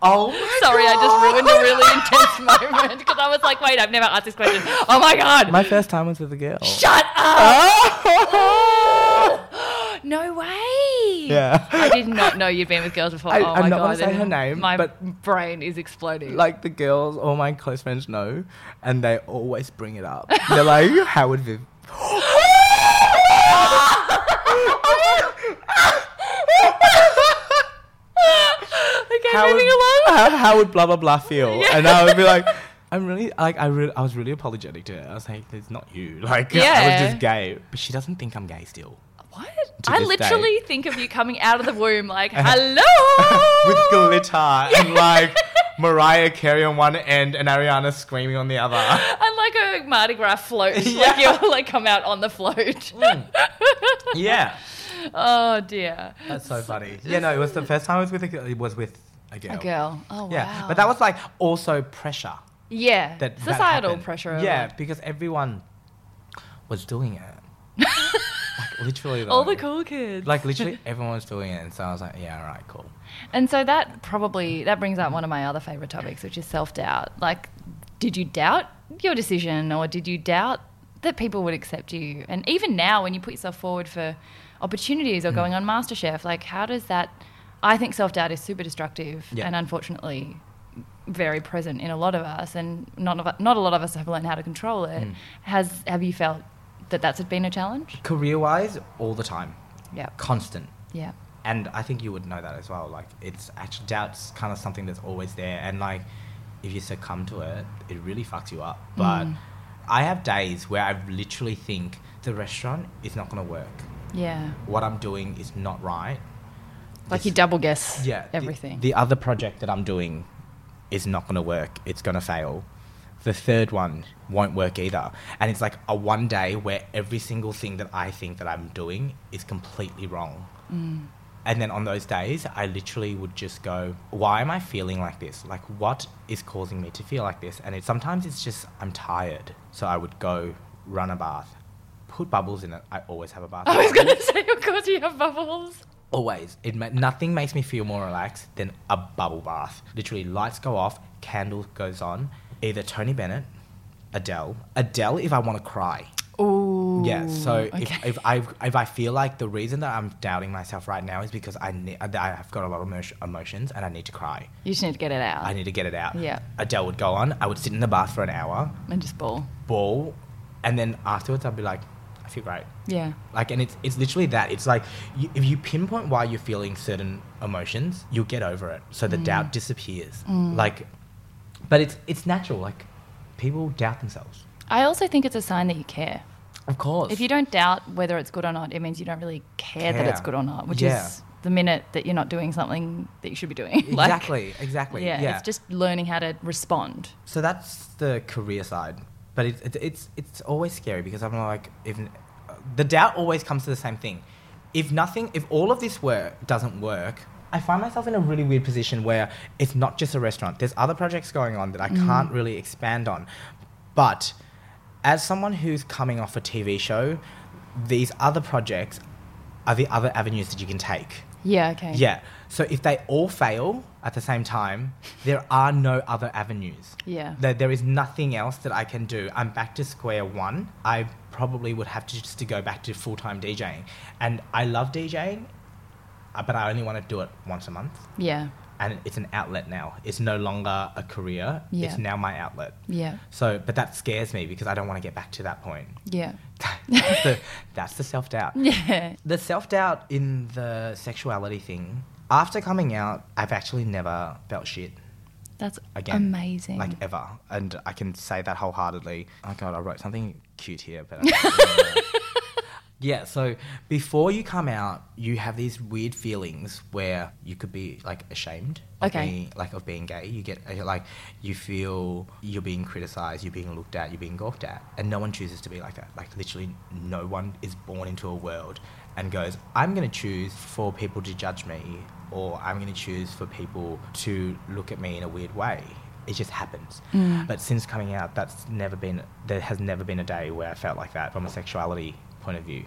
S1: oh my
S3: Sorry, I just ruined a really intense moment because I was like, wait, I've never asked this question. Oh my god.
S1: My first time was with a girl.
S3: Shut up. no way.
S1: Yeah.
S3: I did not know you'd been with girls before.
S1: I-
S3: oh
S1: I'm
S3: my
S1: not
S3: god.
S1: gonna say her name,
S3: My
S1: but-
S3: brain is exploding.
S1: Like the girls, all my close friends know, and they always bring it up. They're like, "How would Viv?"
S3: okay,
S1: How would,
S3: moving along.
S1: How, how would blah blah blah feel? And I would be like, "I'm really like I really I was really apologetic to her. I was like, it's not you. Like I
S3: Yeah.
S1: was just gay, but she doesn't think I'm gay still
S3: What?
S1: To
S3: I
S1: this
S3: literally think of you coming out of the womb like,
S1: with
S3: hello.
S1: glitter and like Mariah Carey on one end and Ariana screaming on the other."
S3: And like a Mardi Gras float.
S1: Yeah.
S3: Like you'll like come out on the float.
S1: Hmm. yeah.
S3: Oh dear.
S1: That's so funny. Yeah, no, it was the first time I was with a girl. It was with a girl.
S3: A girl. Oh wow.
S1: Yeah, but that was like also pressure.
S3: yeah
S1: That that
S3: societal
S1: happened.
S3: pressure.
S1: Yeah,
S3: like,
S1: because everyone was doing it. like literally.
S3: all the
S1: like-
S3: cool kids.
S1: Like literally everyone was doing it, and so I was like, yeah, all right, cool.
S3: And so that probably that brings up one of my other favorite topics, which is self doubt. Like, did you doubt your decision, or did you doubt that people would accept you? And even now, when you put yourself forward for opportunities
S1: Hmm.
S3: or going on MasterChef, like, how does that? I think self doubt is super destructive,
S1: Yeah.
S3: and unfortunately, very present in a lot of us, and not of, not a lot of us have learned how to control it.
S1: Hmm.
S3: Has have you felt that that's been a challenge?
S1: Career wise, all the time,
S3: Yeah,
S1: constant.
S3: yeah,
S1: and I think you would know that as well. Like it's actually doubt's kind of something that's always there, and like if you succumb to it, it really fucks you up. But
S3: Mm.
S1: I have days where I literally think the restaurant is not going to work.
S3: yeah.
S1: What I'm doing is not right.
S3: Like
S1: This-
S3: you double guess
S1: yeah the-
S3: everything.
S1: The, other project that I'm doing is not going to work. It's going to fail. The third one won't work either. And it's like a one day where every single thing that I think that I'm doing is completely wrong. And then on those days, I literally would just go, why am I feeling like this? Like, what is causing me to feel like this? And it, sometimes it's just, I'm tired. So I would go run a bath, put bubbles in it. I always have a bath.
S3: I was going to say, of course, you have bubbles.
S1: Always. It ma- nothing makes me feel more relaxed than a bubble bath. Literally, lights go off, candle goes on. Either Tony Bennett, Adele. Adele, if I want to cry.
S3: Ooh.
S1: yeah. So
S3: okay.
S1: if, if I if I feel like the reason that I'm doubting myself right now is because I ne- I- I've got a lot of emotion- emotions and I need to cry.
S3: you just need to get it out
S1: I need to get it out.
S3: Ah. Yeah.
S1: Adele would go on. I would sit in the bath for an hour,
S3: and just ball.
S1: ball, and then afterwards I'd be like, I feel great.
S3: Yeah.
S1: Like, and it's it's literally that. It's like you, if you pinpoint why you're feeling certain emotions, you'll get over it. So the
S3: Mm.
S1: doubt disappears. Like, but it's it's natural. Like, people doubt themselves.
S3: I also think it's a sign that you care.
S1: Of course.
S3: If you don't doubt whether it's good or not, it means you don't really care, that
S1: Care.
S3: it's good or not, which
S1: Yeah.
S3: is the minute that you're not doing something that you should be doing. Like,
S1: exactly, exactly.
S3: yeah,
S1: Yeah.
S3: It's just learning how to respond.
S1: so that's the career side, but it's it's it's, it's always scary because I'm like if the doubt always comes to the same thing. If nothing, if all of this work doesn't work. I find myself in a really weird position where it's not just a restaurant. There's other projects going on that I can't really expand on. But as someone who's coming off a TV show, these other projects are the other avenues that you can take.
S3: Yeah, okay.
S1: Yeah. So if they all fail at the same time, there are no other avenues.
S3: Yeah.
S1: There, there is nothing else that I can do. I'm back to square one. I probably would have to just to go back to full time DJing. And I love DJing, uh, but I only want to do it once a month.
S3: Yeah.
S1: And it's an outlet now. It's no longer a career.
S3: Yeah.
S1: It's now my outlet.
S3: Yeah.
S1: So, but that scares me because I don't want to get back to that point.
S3: Yeah.
S1: that's the, that's the self doubt
S3: Yeah.
S1: the self doubt in the sexuality thing. After coming out, I've actually never felt shit
S3: That's
S1: again.
S3: amazing.
S1: Like ever, and I can say that wholeheartedly. Oh god, I wrote something cute here, but. I don't remember. Yeah, so before you come out, you have these weird feelings where you could be like ashamed of
S3: Okay.
S1: being like of being gay. You get uh, like you feel you're being criticized, you're being looked at, you're being gawked at, and no one chooses to be like that. Like literally, no one is born into a world and goes, "I'm going to choose for people to judge me, or I'm going to choose for people to look at me in a weird way." It just happens. But since coming out, that's never been. There has never been a day where I felt like that from a sexuality point of view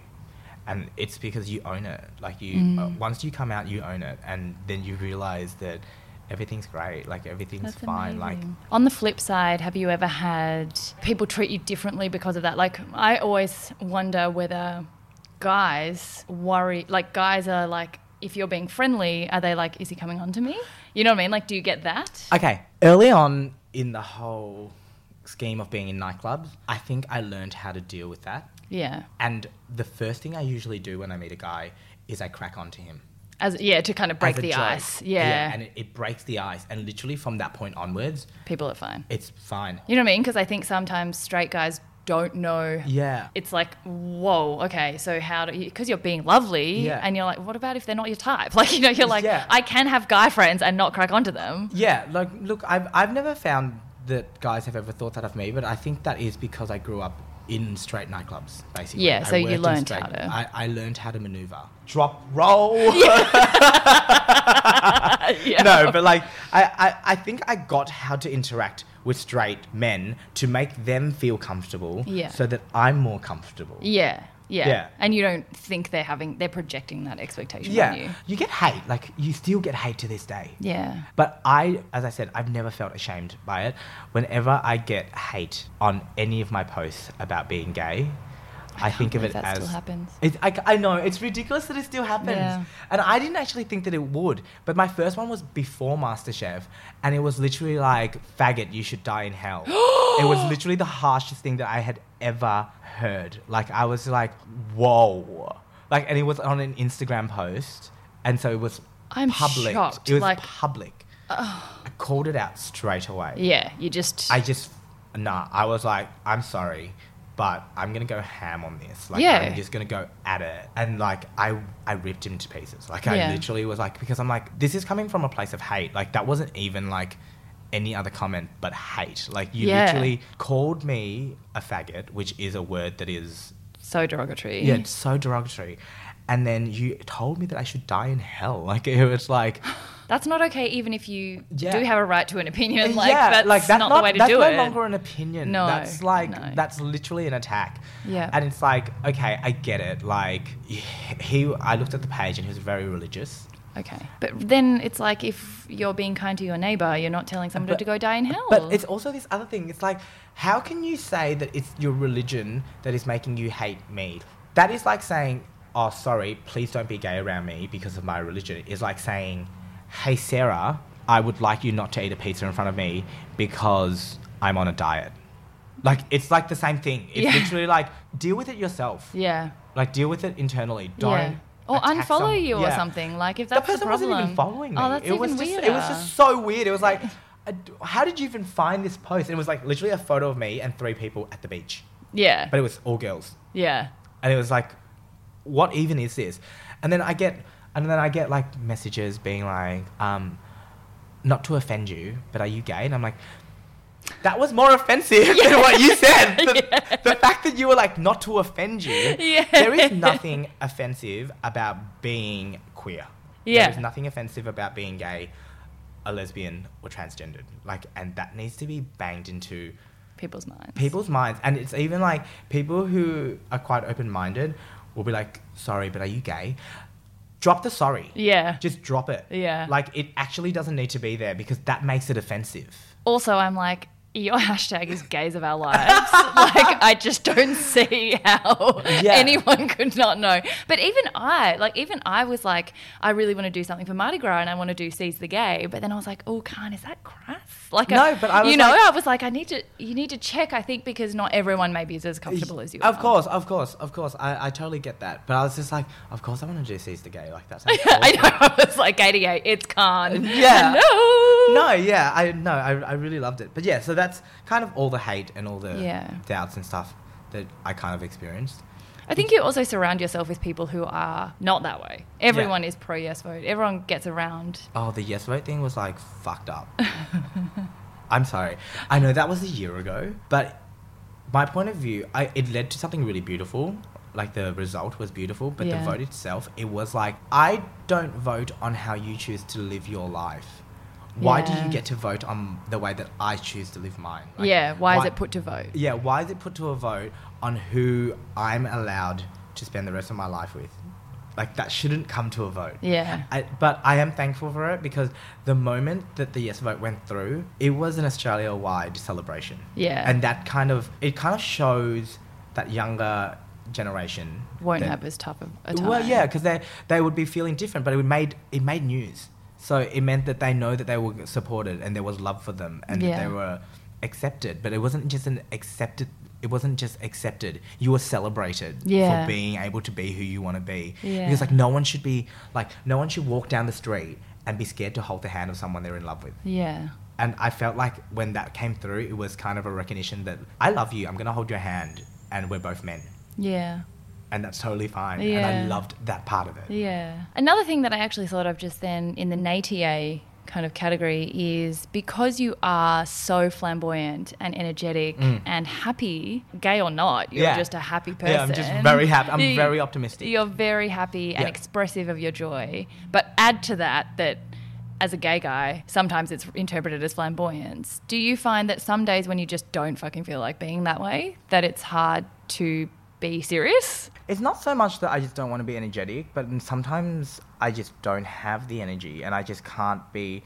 S1: and it's because you own it like you uh,
S3: Mm.
S1: once you come out you own it and then you realize that everything's great like everything's
S3: That's
S1: fine like
S3: amazing. on the flip side, have you ever had people treat you differently because of that? Like I always wonder whether guys worry like guys are like if you're being friendly, are they like is he coming on to me? You know what I mean? Like do you get that?
S1: okay early on in the whole scheme of being in nightclubs i think i learned how to deal with that
S3: yeah.
S1: and the first thing i usually do when i meet a guy is i crack onto him
S3: As yeah, to kind of break
S1: as a
S3: the
S1: joke.
S3: ice. Yeah.
S1: and it, it breaks the ice and literally from that point onwards
S3: people are fine.
S1: it's fine
S3: You know what I mean? Because I think sometimes straight guys don't know
S1: yeah
S3: it's like whoa okay so how do you because you're being lovely
S1: Yeah.
S3: and you're like what about if they're not your type like you know you're like
S1: Yeah.
S3: i can have guy friends and not crack onto them
S1: Yeah, like look, I've I've never found that guys have ever thought that of me, but I think that is because I grew up in straight nightclubs, basically.
S3: Yeah, so
S1: I
S3: you
S1: worked in
S3: learned
S1: straight-
S3: how to-
S1: I, I learned how to maneuver. Drop roll.
S3: yeah.
S1: no, but like I, I, I think I got how to interact with straight men to make them feel comfortable
S3: Yeah.
S1: so that I'm more comfortable.
S3: Yeah, yeah.
S1: Yeah.
S3: And you don't think they're having they're projecting that expectation on you.
S1: Yeah. You get hate. Like you still get hate to this day.
S3: Yeah.
S1: But I, as I said, I've never felt ashamed by it. Whenever I get hate on any of my posts about being gay, I, think of
S3: believe
S1: it
S3: that
S1: as
S3: still happens.
S1: It, I, I know it's ridiculous that it still happens,
S3: Yeah.
S1: and I didn't actually think that it would. But my first one was before MasterChef, and it was literally like "faggot, you should die in hell." it was literally the harshest thing that I had ever heard. Like I was like, "Whoa!" Like, and it was on an Instagram post, and so it was
S3: I'm
S1: public.
S3: shocked,
S1: It was
S3: like-
S1: public. I called it out straight away.
S3: Yeah. You just
S1: I just, nah, I was like, I'm sorry, but I'm going to go ham on this. Like,
S3: Yeah.
S1: I'm just going to go at it. And like, I, I ripped him to pieces. Like,
S3: Yeah.
S1: I literally was like, because I'm like, this is coming from a place of hate. Like, that wasn't even like any other comment but hate. Like, you
S3: Yeah.
S1: literally called me a faggot, which is a word that is
S3: so derogatory.
S1: yeah, it's so derogatory. And then you told me that I should die in hell. Like it was like,
S3: That's not okay even if you
S1: Yeah.
S3: do have a right to an opinion. Like
S1: Uh, yeah,
S3: that's
S1: like that's
S3: not, the way to
S1: that's
S3: do
S1: no
S3: it.
S1: longer an opinion.
S3: No,
S1: that's like
S3: no.
S1: that's literally an attack.
S3: Yeah.
S1: and it's like okay, I get it. Like he, I looked at the page and he was very religious.
S3: okay. But then it's like if you're being kind to your neighbour, you're not telling somebody
S1: But-
S3: to go die in hell.
S1: But it's also this other thing. It's like, how can you say that it's your religion that is making you hate me? That is like saying, oh, sorry, please don't be gay around me because of my religion. It's like saying, hey, Sarah, I would like you not to eat a pizza in front of me because I'm on a diet. Like, it's like the same thing. It's
S3: Yeah.
S1: literally like, deal with it yourself.
S3: Yeah.
S1: Like, deal with it internally. Don't.
S3: Yeah. Or
S1: attack
S3: unfollow
S1: some-
S3: you or
S1: Yeah
S3: something. Like if
S1: that
S3: that's the
S1: person
S3: problem.
S1: wasn't even following me.
S3: Oh, that's
S1: it
S3: even
S1: was
S3: weirder.
S1: just, It was just so weird. It was like, I d- how did you even find this post? It was like literally a photo of me and three people at the beach,
S3: yeah.
S1: but it was all girls,
S3: yeah.
S1: and it was like, what even is this? And then I get, and then I get like messages being like, um, not to offend you, but are you gay? And I'm like. That was more offensive than what you said. The, the fact that you were like, not to offend you.
S3: Yeah.
S1: There is nothing offensive about being queer.
S3: Yeah.
S1: There is nothing offensive about being gay, a lesbian, or transgendered. Like, and that needs to be banged into
S3: People's minds.
S1: people's minds. And it's even like people who are quite open minded will be like, sorry, but are you gay? Drop the sorry.
S3: Yeah.
S1: Just drop it.
S3: Yeah.
S1: Like, it actually doesn't need to be there because that makes it offensive.
S3: Also, I'm like, your hashtag is gays of our lives. like, I just don't see how
S1: Yeah.
S3: anyone could not know. But even I, like, even I was like, I really want to do something for Mardi Gras and I want to do Seize the Gay. But then I was like, oh, can is that crass? Like,
S1: No, but I was
S3: you know,
S1: like-
S3: I was like, I need to, you need to check, I think, because not everyone maybe is as comfortable as you
S1: Of
S3: are.
S1: course, of course, of course. I, I totally get that. But I was just like, of course I want to do Seize the Gay. Like, that sounds awesome.
S3: I know. I was like, 88, it's Khan.
S1: Yeah.
S3: Hello.
S1: No, yeah, I no, I, I really loved it. But yeah, so that's kind of all the hate and all the
S3: Yeah.
S1: doubts and stuff that I kind of experienced.
S3: I think you also surround yourself with people who are not that way. Everyone is pro yes vote. Everyone gets around.
S1: Oh, the yes vote thing was like fucked up. I'm sorry. I know that was a year ago, but my point of view, I, it led to something really beautiful. Like the result was beautiful, but
S3: Yeah.
S1: the vote itself, it was like I don't vote on how you choose to live your life. Why do
S3: Yeah.
S1: you get to vote on the way that I choose to live mine? Like,
S3: yeah. Why, is it put to vote?
S1: Yeah, why is it put to a vote on who I'm allowed to spend the rest of my life with? Like that shouldn't come to a vote.
S3: Yeah.
S1: I, but I am thankful for it because the moment that the yes vote went through, it was an Australia-wide celebration.
S3: Yeah.
S1: and that kind of it kind of shows that younger generation
S3: Won't
S1: that-
S3: have as tough of a time.
S1: Well, yeah, because they they would be feeling different, but it made it made news. So it meant that they know that they were supported and there was love for them and that
S3: Yeah.
S1: they were accepted. But it wasn't just an accepted. It wasn't just accepted. You were celebrated
S3: Yeah.
S1: for being able to be who you want to be.
S3: Yeah.
S1: Because like no one should be like no one should walk down the street and be scared to hold the hand of someone they're in love with.
S3: Yeah.
S1: And I felt like when that came through, it was kind of a recognition that I love you. I'm gonna hold your hand, and we're both men
S3: Yeah.
S1: and that's totally fine. And
S3: Yeah.
S1: I loved that part of it.
S3: Yeah. Another thing that I actually thought of just then in the NATA kind of category is because you are so flamboyant and energetic and happy, gay or not, you're
S1: Mm. Yeah.
S3: just a happy person.
S1: Yeah, I'm just very happy. I'm
S3: You-
S1: very optimistic.
S3: You're very happy and
S1: Yeah.
S3: expressive of your joy. But add to that that as a gay guy, sometimes it's interpreted as flamboyance. Do you find that some days when you just don't fucking feel like being that way, that it's hard to be serious?
S1: It's not so much that I just don't want to be energetic, but sometimes I just don't have the energy and I just can't be.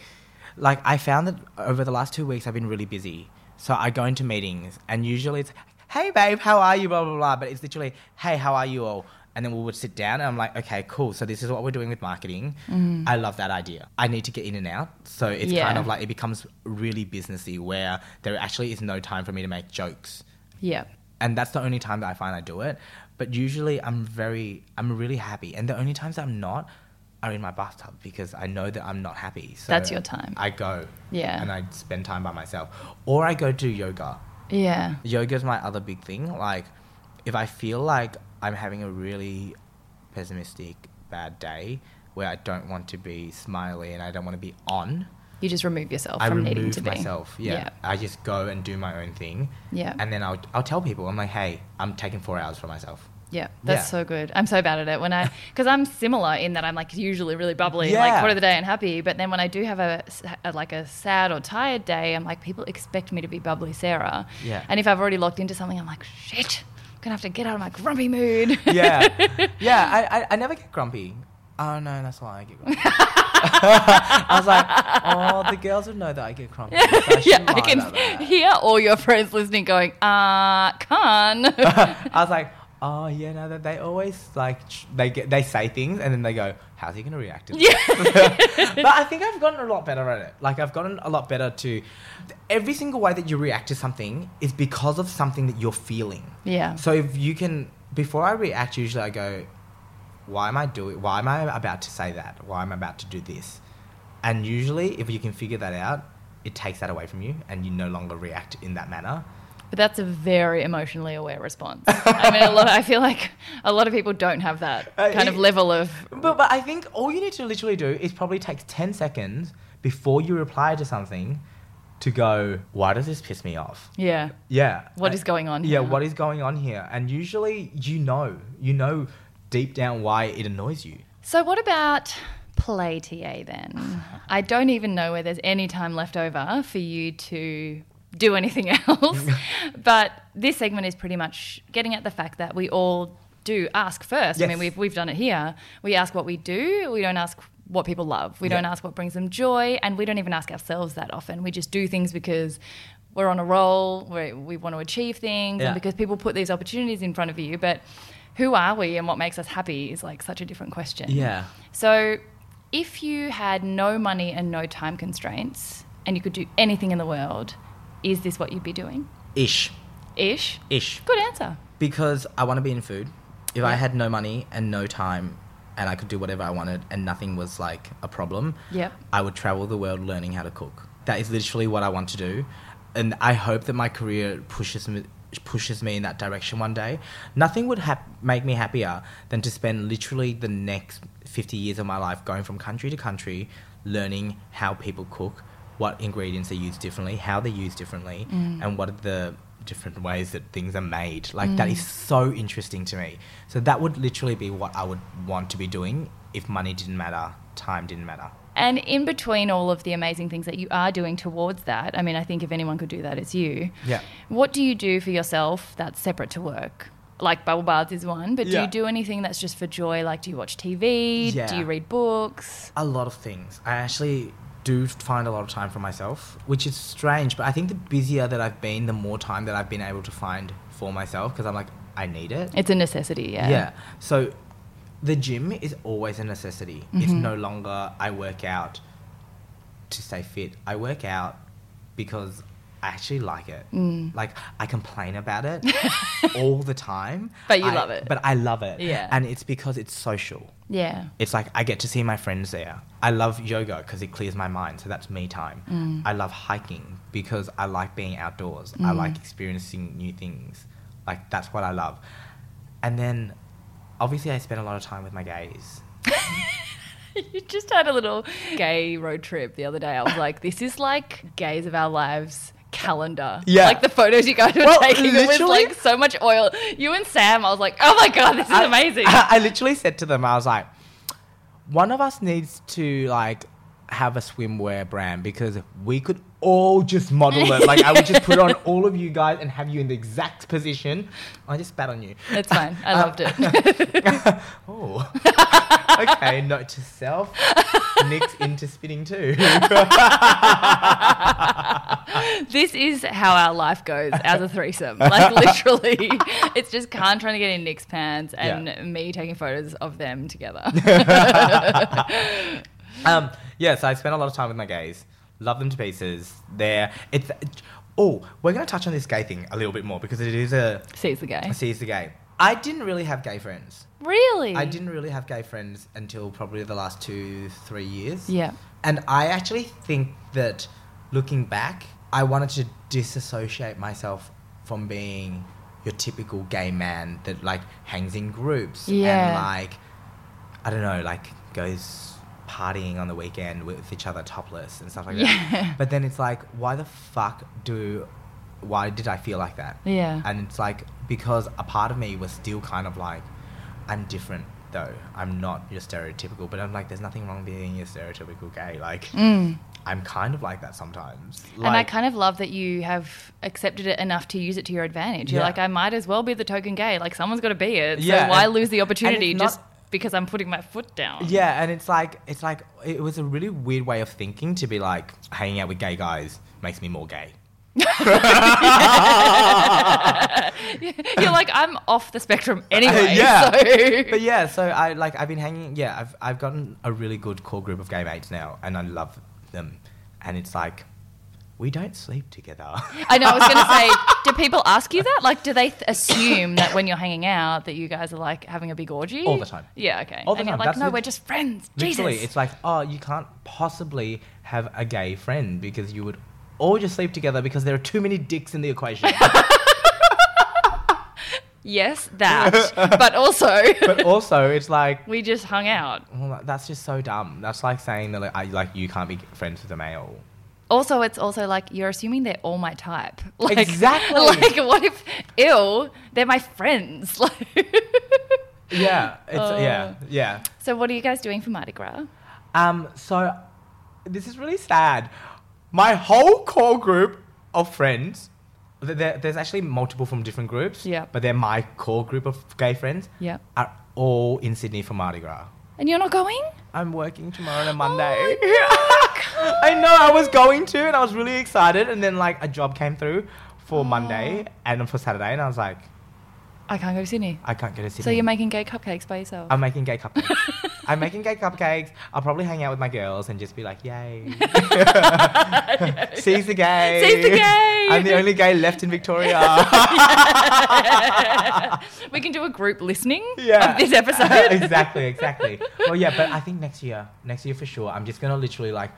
S1: Like, I found that over the last two weeks, I've been really busy. So I go into meetings and usually it's, hey, babe, how are you? Blah, blah, blah. But it's literally, hey, how are you all? And then we would sit down and I'm like, okay, cool. So this is what we're doing with marketing. I love that idea. I need to get in and out. So it's
S3: Yeah.
S1: kind of like it becomes really businessy where there actually is no time for me to make jokes
S3: Yeah.
S1: and that's the only time that I find I do it. But usually, I'm very, I'm really happy, and the only times I'm not are in my bathtub because I know that I'm not happy. So
S3: That's your time.
S1: I go,
S3: Yeah.
S1: and I spend time by myself, or I go do yoga.
S3: Yeah.
S1: Yoga is my other big thing. Like, if I feel like I'm having a really pessimistic, bad day where I don't want to be smiley and I don't want to be on,
S3: You just remove yourself
S1: I
S3: from
S1: remove
S3: needing to be.
S1: myself. Yeah. I just go and do my own thing.
S3: Yeah.
S1: And then I'll, I'll tell people, I'm like, hey, I'm taking four hours for myself.
S3: Yeah, that's
S1: Yeah.
S3: so good. I'm so bad at it when I, because I'm similar in that I'm like usually really bubbly, like
S1: Yeah.
S3: part of the day and happy. But then when I do have a, s- a- like a sad or tired day, I'm like people expect me to be bubbly Sarah.
S1: Yeah.
S3: And if I've already locked into something, I'm like shit, I'm gonna have to get out of my grumpy mood.
S1: Yeah. yeah. I, I, I never get grumpy. Oh, no, that's why I get grumpy. I was like, oh, the girls would know that I get grumpy. So I,
S3: yeah,
S1: shouldn't
S3: I
S1: lie
S3: can
S1: about that.
S3: hear all your friends listening going, ah, can
S1: I was like, oh, yeah, no, that they always like, tr- they get, they say things and then they go, how's he going to react to this? but I think I've gotten a lot better at it. Like I've gotten a lot better to every single way that you react to something is because of something that you're feeling.
S3: Yeah.
S1: So if you can, before I react, usually I go, why am I doing? Why am I about to say that? Why am I about to do this? And usually, if you can figure that out, it takes that away from you, and you no longer react in that manner.
S3: But that's a very emotionally aware response. I mean, a lot, I feel like a lot of people don't have that
S1: Uh,
S3: kind of
S1: it-
S3: level of
S1: But, but I think all you need to literally do is probably take 10 seconds before you reply to something to go, why does this piss me off?
S3: yeah.
S1: Yeah.
S3: What
S1: What is
S3: is going on
S1: Yeah,
S3: here?
S1: what is going on here? And usually you know, you know deep down why it annoys you.
S3: So, what about play TA then? I don't even know where there's any time left over for you to do anything else. but this segment is pretty much getting at the fact that we all do ask first. I mean,
S1: Yes.
S3: we've, we've done it here. We ask what we do, we don't ask what people love, we
S1: Yeah.
S3: don't ask what brings them joy, and we don't even ask ourselves that often. We just do things because. We're on a roll. We, we want to achieve things,
S1: Yeah.
S3: and because people put these opportunities in front of you. But who are we, and what makes us happy is like such a different question.
S1: Yeah.
S3: So, if you had no money and no time constraints and you could do anything in the world, is this what you'd be doing?
S1: Ish.
S3: Ish.
S1: Ish.
S3: Good answer.
S1: Because I want to be in food. If I had no money and no time and I could do whatever I wanted and nothing was like a problem,
S3: Yep.
S1: I would travel the world learning how to cook. That is literally what I want to do. And I hope that my career pushes me pushes me in that direction one day. Nothing would hap- make me happier than to spend literally the next 50 years of my life going from country to country learning how people cook, what ingredients are used differently, how they're used differently, and what are the different ways that things are made. Like that is so interesting to me. So that would literally be what I would want to be doing if money didn't matter, time didn't matter.
S3: And in between all of the amazing things that you are doing towards that, I mean, I think if anyone could do that, it's you.
S1: Yeah.
S3: What do you do for yourself that's separate to work? Like bubble baths is one, but do
S1: Yeah.
S3: you do anything that's just for joy? Like, do you watch TV?
S1: Yeah.
S3: Do you read books?
S1: a lot of things. I actually do find a lot of time for myself, which is strange, but I think the busier that I've been, the more time that I've been able to find for myself because I'm like, I need it.
S3: It's a necessity, yeah.
S1: Yeah. So the gym is always a necessity. It's
S3: Mm-hmm.
S1: no longer I work out to stay fit. I work out because I actually like it.
S3: Mm.
S1: Like I complain about it all the time.
S3: But you
S1: I-
S3: love it.
S1: But I love it.
S3: Yeah.
S1: And it's because it's social
S3: Yeah.
S1: it's like I get to see my friends there. I love yoga because it clears my mind, so that's me time.
S3: Mm.
S1: I love hiking because I like being outdoors. I like experiencing new things. Like that's what I love. And then obviously I spend a lot of time with my gays.
S3: you just had a little gay road trip the other day. I was like, this is like gays of our lives calendar.
S1: Yeah.
S3: Like the photos you guys were
S1: Well,
S3: taking there was
S1: literally-
S3: like so much oil. You and Sam, I was like, oh my god, this is
S1: I-
S3: amazing.
S1: I, I literally said to them, I was like, one of us needs to like have a swimwear brand because we could all just model it. Like I would just put on all of you guys and have you in the exact position. I just spat on you.
S3: That's fine. I
S1: Um,
S3: loved it.
S1: Oh. okay, note to self. Nick's into spitting too.
S3: this is how our life goes as a threesome. Like literally, it's just Khan trying to get in Nick's pants and
S1: Yeah.
S3: me taking photos of them together.
S1: um, yeah, so I spent a lot of time with my gays. Love them to pieces. They're it's oh, we're gonna touch on this gay thing a little bit more because it is a
S3: Sees the gay.
S1: sees the gay. I didn't really have gay friends.
S3: Really?
S1: I didn't really have gay friends until probably the last two, three years.
S3: Yeah.
S1: And I actually think that looking back, I wanted to disassociate myself from being your typical gay man that like hangs in groups and
S3: Yeah.
S1: like I don't know, like goes partying on the weekend with each other topless and stuff like
S3: Yeah.
S1: that. But then it's like, why the fuck do why did I feel like that?
S3: Yeah.
S1: And it's like because a part of me was still kind of like, I'm different though. I'm not your stereotypical, but I'm like, there's nothing wrong being your stereotypical gay. Like,
S3: Mm.
S1: I'm kind of like that sometimes. Like,
S3: and I kind of love that you have accepted it enough to use it to your advantage. You're
S1: Yeah.
S3: like, I might as well be the token gay. Like, someone's got to be it.
S1: Yeah,
S3: so why
S1: and-
S3: lose the
S1: and it's
S3: opportunity
S1: not-
S3: just because I'm putting my foot down?
S1: yeah, and it's like it's like it was a really weird way of thinking to be like hanging out with gay guys makes me more gay.
S3: You're like, I'm off the spectrum anyway.
S1: yeah.
S3: So.
S1: But yeah, so I like I've been hanging. Yeah, I've I've gotten a really good core group of gay mates now, and I love them. And it's like we don't sleep together.
S3: I know. I was going to say, do people ask you that? Like, do they th- assume that when you're hanging out, that you guys are like having a big orgy
S1: All the time.
S3: Yeah. Okay.
S1: All the
S3: and
S1: time.
S3: you're like,
S1: That's
S3: no,
S1: lit-
S3: we're just friends.
S1: Literally,
S3: Jesus.
S1: it's like oh, you can't possibly have a gay friend because you would all just sleep together because there are too many dicks in the equation.
S3: yes, that. but also,
S1: but also, it's like.
S3: we just hung out.
S1: Well, that's just so dumb. That's like saying that like, I, like you can't be friends with a male.
S3: Also, it's also like you're assuming they're all my type. Like,
S1: Exactly.
S3: Like, what if, ew, they're my friends? Like,
S1: Yeah, it's
S3: Uh.
S1: yeah, yeah.
S3: so what are you guys doing for Mardi Gras?
S1: Um, so this is really sad. My whole core group of friends, th- there, there's actually multiple from different groups.
S3: Yeah.
S1: But they're my core group of gay friends.
S3: Yeah.
S1: Are all in Sydney for Mardi Gras.
S3: And you're not going?
S1: I'm working tomorrow
S3: Oh
S1: and a Monday. I know I was going to, and I was really excited, and then like a job came through for Monday
S3: Oh.
S1: and for Saturday, and I was like,
S3: I can't go to Sydney.
S1: I can't go to Sydney.
S3: So you're making gay cupcakes by yourself.
S1: I'm making gay cupcakes. I'm making gay cupcakes. I'll probably hang out with my girls and just be like, yay. Seize the gay.
S3: Seize the gay.
S1: I'm the only gay left in Victoria.
S3: we can do a group listening
S1: yeah.
S3: of this episode.
S1: exactly, exactly. Well, yeah, but I think next year, next year for sure, I'm just going to literally like.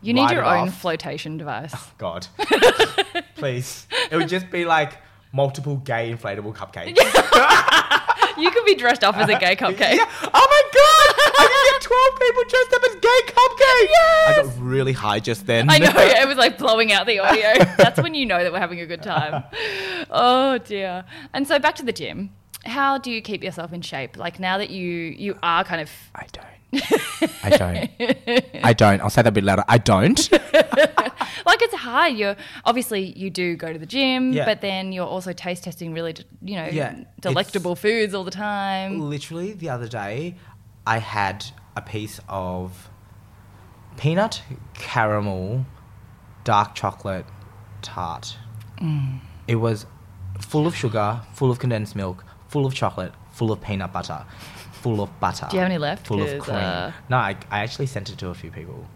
S3: You need
S1: ride
S3: your
S1: it
S3: own
S1: off.
S3: flotation device.
S1: Oh, God. Please. It would just be like multiple gay inflatable cupcakes.
S3: you could be dressed up as a gay cupcake.
S1: Yeah. Oh my god! I can get 12 people dressed up as gay cupcakes! I got really high just then.
S3: I know, yeah, it was like blowing out the audio. That's when you know that we're having a good time. Oh dear. And so back to the gym. How do you keep yourself in shape? Like now that you you are kind of
S1: I don't. I don't. I don't. I'll say that a bit louder. I don't.
S3: like it's hard. You're obviously you do go to the gym,
S1: Yeah.
S3: but then you're also taste testing really you know
S1: Yeah,
S3: delectable foods all the time.
S1: Literally the other day, I had a piece of peanut caramel dark chocolate tart.
S3: Mm.
S1: It was full of sugar, full of condensed milk, full of chocolate, full of peanut butter, full of butter.
S3: Do you have any left?
S1: Full of
S3: 'Cause,
S1: cream.
S3: uh,
S1: No, I, I actually sent it to a few people.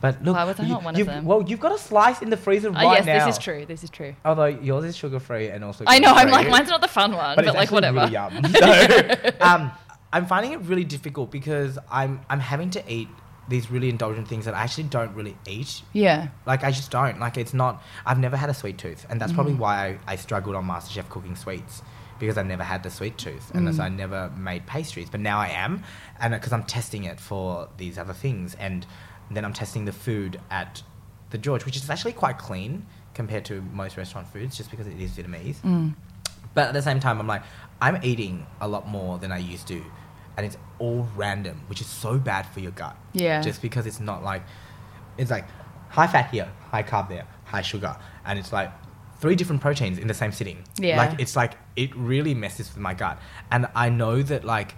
S1: But look,
S3: Why was I
S1: you-
S3: not one of
S1: you've-
S3: them?
S1: Well, you've got a slice in the freezer
S3: Uh,
S1: right
S3: yes,
S1: now.
S3: this is true. This is true.
S1: Although yours is sugar free and also
S3: I know. I'm
S1: gluten-free.
S3: like mine's not the fun one, but,
S1: it's
S3: like
S1: actually
S3: whatever.
S1: Really yum. So, um, I'm finding it really difficult because I'm I'm having to eat these really indulgent things that I actually don't really eat.
S3: Yeah.
S1: Like I just don't. Like it's not. I've never had a sweet tooth, and that's
S3: Mm.
S1: probably why I, I struggled on MasterChef cooking sweets because I never had the sweet tooth, and
S3: Mm.
S1: so I never made pastries. But now I am, and because I'm testing it for these other things, and then I'm testing the food at the George, which is actually quite clean compared to most restaurant foods, just because it is Vietnamese.
S3: mm,
S1: But at the same time, I'm like, I'm eating a lot more than I used to, and it's all random, which is so bad for your gut.
S3: Yeah.
S1: Just because it's not like, it's like high fat here, high carb there, high sugar, and it's like three different proteins in the same sitting.
S3: Yeah.
S1: Like it's like it really messes with my gut, and I know that like.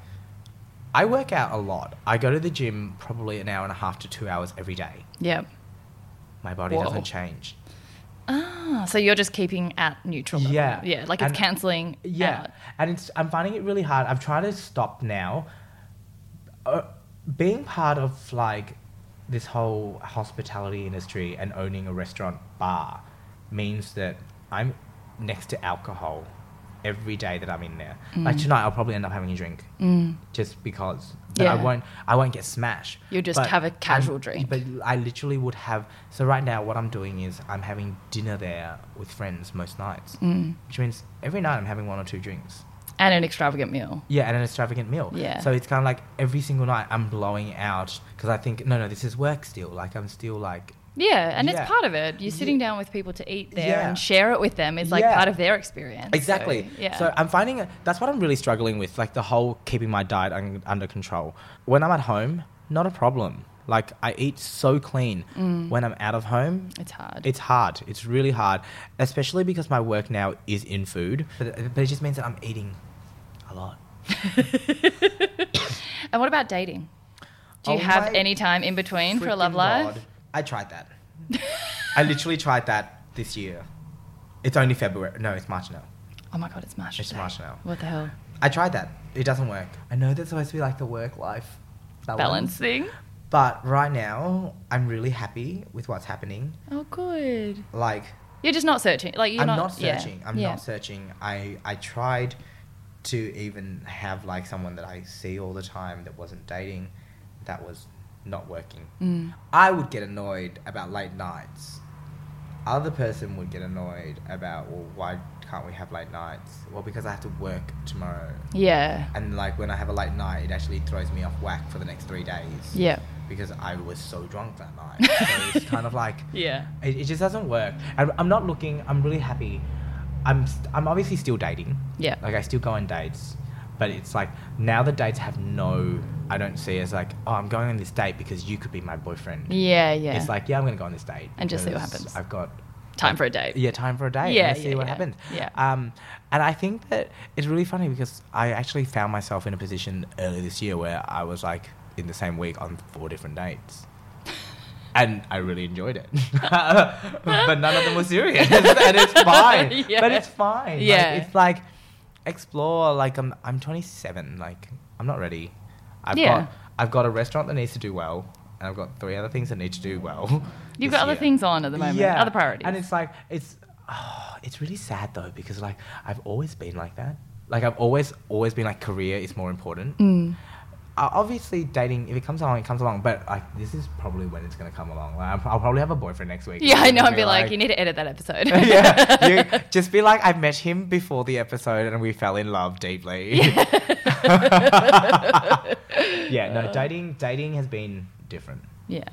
S1: I work out a lot. I go to the gym probably an hour and a half to two hours every day.
S3: Yeah.
S1: My body
S3: Whoa.
S1: doesn't change.
S3: Ah, so you're just keeping at neutral. level.
S1: Yeah.
S3: Yeah. Like it's
S1: And-
S3: cancelling.
S1: Yeah,
S3: out.
S1: and it's I'm finding it really hard. I'm trying to stop now. Uh, being part of like this whole hospitality industry and owning a restaurant bar means that I'm next to alcohol every day that I'm in there. Like
S3: Mm.
S1: tonight, I'll probably end up having a drink just because. But I
S3: Yeah.
S1: won't. I won't get smashed.
S3: You'll just have a casual drink.
S1: But I literally would have. So right now, what I'm doing is I'm having dinner there with friends most nights, which means every night I'm having one or two drinks.
S3: mm. And an extravagant meal.
S1: Yeah, and an extravagant meal.
S3: Yeah.
S1: So it's kind of like every single night I'm blowing out because I think no, no, this is work still. Like I'm still like
S3: Yeah, and
S1: Yeah.
S3: it's part of it. You're
S1: Ye-
S3: sitting down with people to eat there
S1: Yeah.
S3: and share it with them is like
S1: Yeah.
S3: part of their experience. So,
S1: Exactly. So,
S3: yeah.
S1: I'm finding that's what I'm really struggling with, like the whole keeping my diet un- under control. When I'm at home, not a problem. Like I eat so clean. When I'm out of home,
S3: it's Mm. hard.
S1: it's hard. It's really hard, especially because my work now is in food. But, but it just means that I'm eating a lot.
S3: and what about dating? Do you
S1: Oh
S3: have
S1: my
S3: any time in between for a
S1: Freaking
S3: love life?
S1: God. I tried that. I literally tried that this year. It's only February. No, it's March now.
S3: Oh my god, it's March.
S1: It's
S3: today.
S1: March now.
S3: What the hell?
S1: I tried that. It doesn't work. I know that's supposed to be like the work life
S3: Balancing.
S1: But right now, I'm really happy with what's happening.
S3: Oh good.
S1: Like,
S3: You're just not searching. Like you're
S1: I'm not,
S3: not, yeah.
S1: searching. I'm
S3: Yeah.
S1: not searching. I, I tried to even have like someone that I see all the time that wasn't dating, that was not working.
S3: Mm.
S1: I would get annoyed about late nights. Other person would get annoyed about, well, why can't we have late nights? Well, because I have to work tomorrow.
S3: Yeah.
S1: And like when I have a late night, it actually throws me off whack for the next three days.
S3: Yeah.
S1: because I was so drunk that night. so it's kind of like
S3: Yeah.
S1: it, it just doesn't work. I, I'm not looking. I'm really happy. I'm st- I'm obviously still dating.
S3: Yeah.
S1: Like I still go on dates, but it's like now the dates have no. I don't see it as like oh I'm going on this date because you could be my boyfriend.
S3: Yeah, yeah.
S1: It's like yeah I'm going to go on this date
S3: And just see what
S1: because
S3: happens.
S1: I've got
S3: time for a date.
S1: yeah, time for a date.
S3: Yeah,
S1: Yeah, let's
S3: yeah,
S1: see what
S3: yeah.
S1: happens.
S3: Yeah.
S1: Um, and I think that it's really funny because I actually found myself in a position earlier this year where I was like in the same week on four different dates. And I really enjoyed it, but none of them were serious, and it's fine.
S3: Yeah.
S1: But it's fine. Like,
S3: Yeah.
S1: it's like explore. Like I'm, I'm 27. Like I'm not ready. I've
S3: Yeah.
S1: got, I've got a restaurant that needs to do well, and I've got three other things that need to do well.
S3: You've
S1: this
S3: got other
S1: year.
S3: things on at the moment.
S1: Yeah.
S3: Other priorities.
S1: And it's like it's oh, it's really sad though because like I've always been like that. Like I've always always been like career is more important.
S3: Mm.
S1: Uh, obviously, dating if it comes along, it comes along. But like this is probably when it's gonna come along. Like, I'm- I'll probably have a boyfriend next week.
S3: Yeah, I know. I'd be like, you need to edit that episode.
S1: yeah, you, just be like, I met him before the episode and we fell in love deeply. yeah, no, dating dating has been different.
S3: yeah.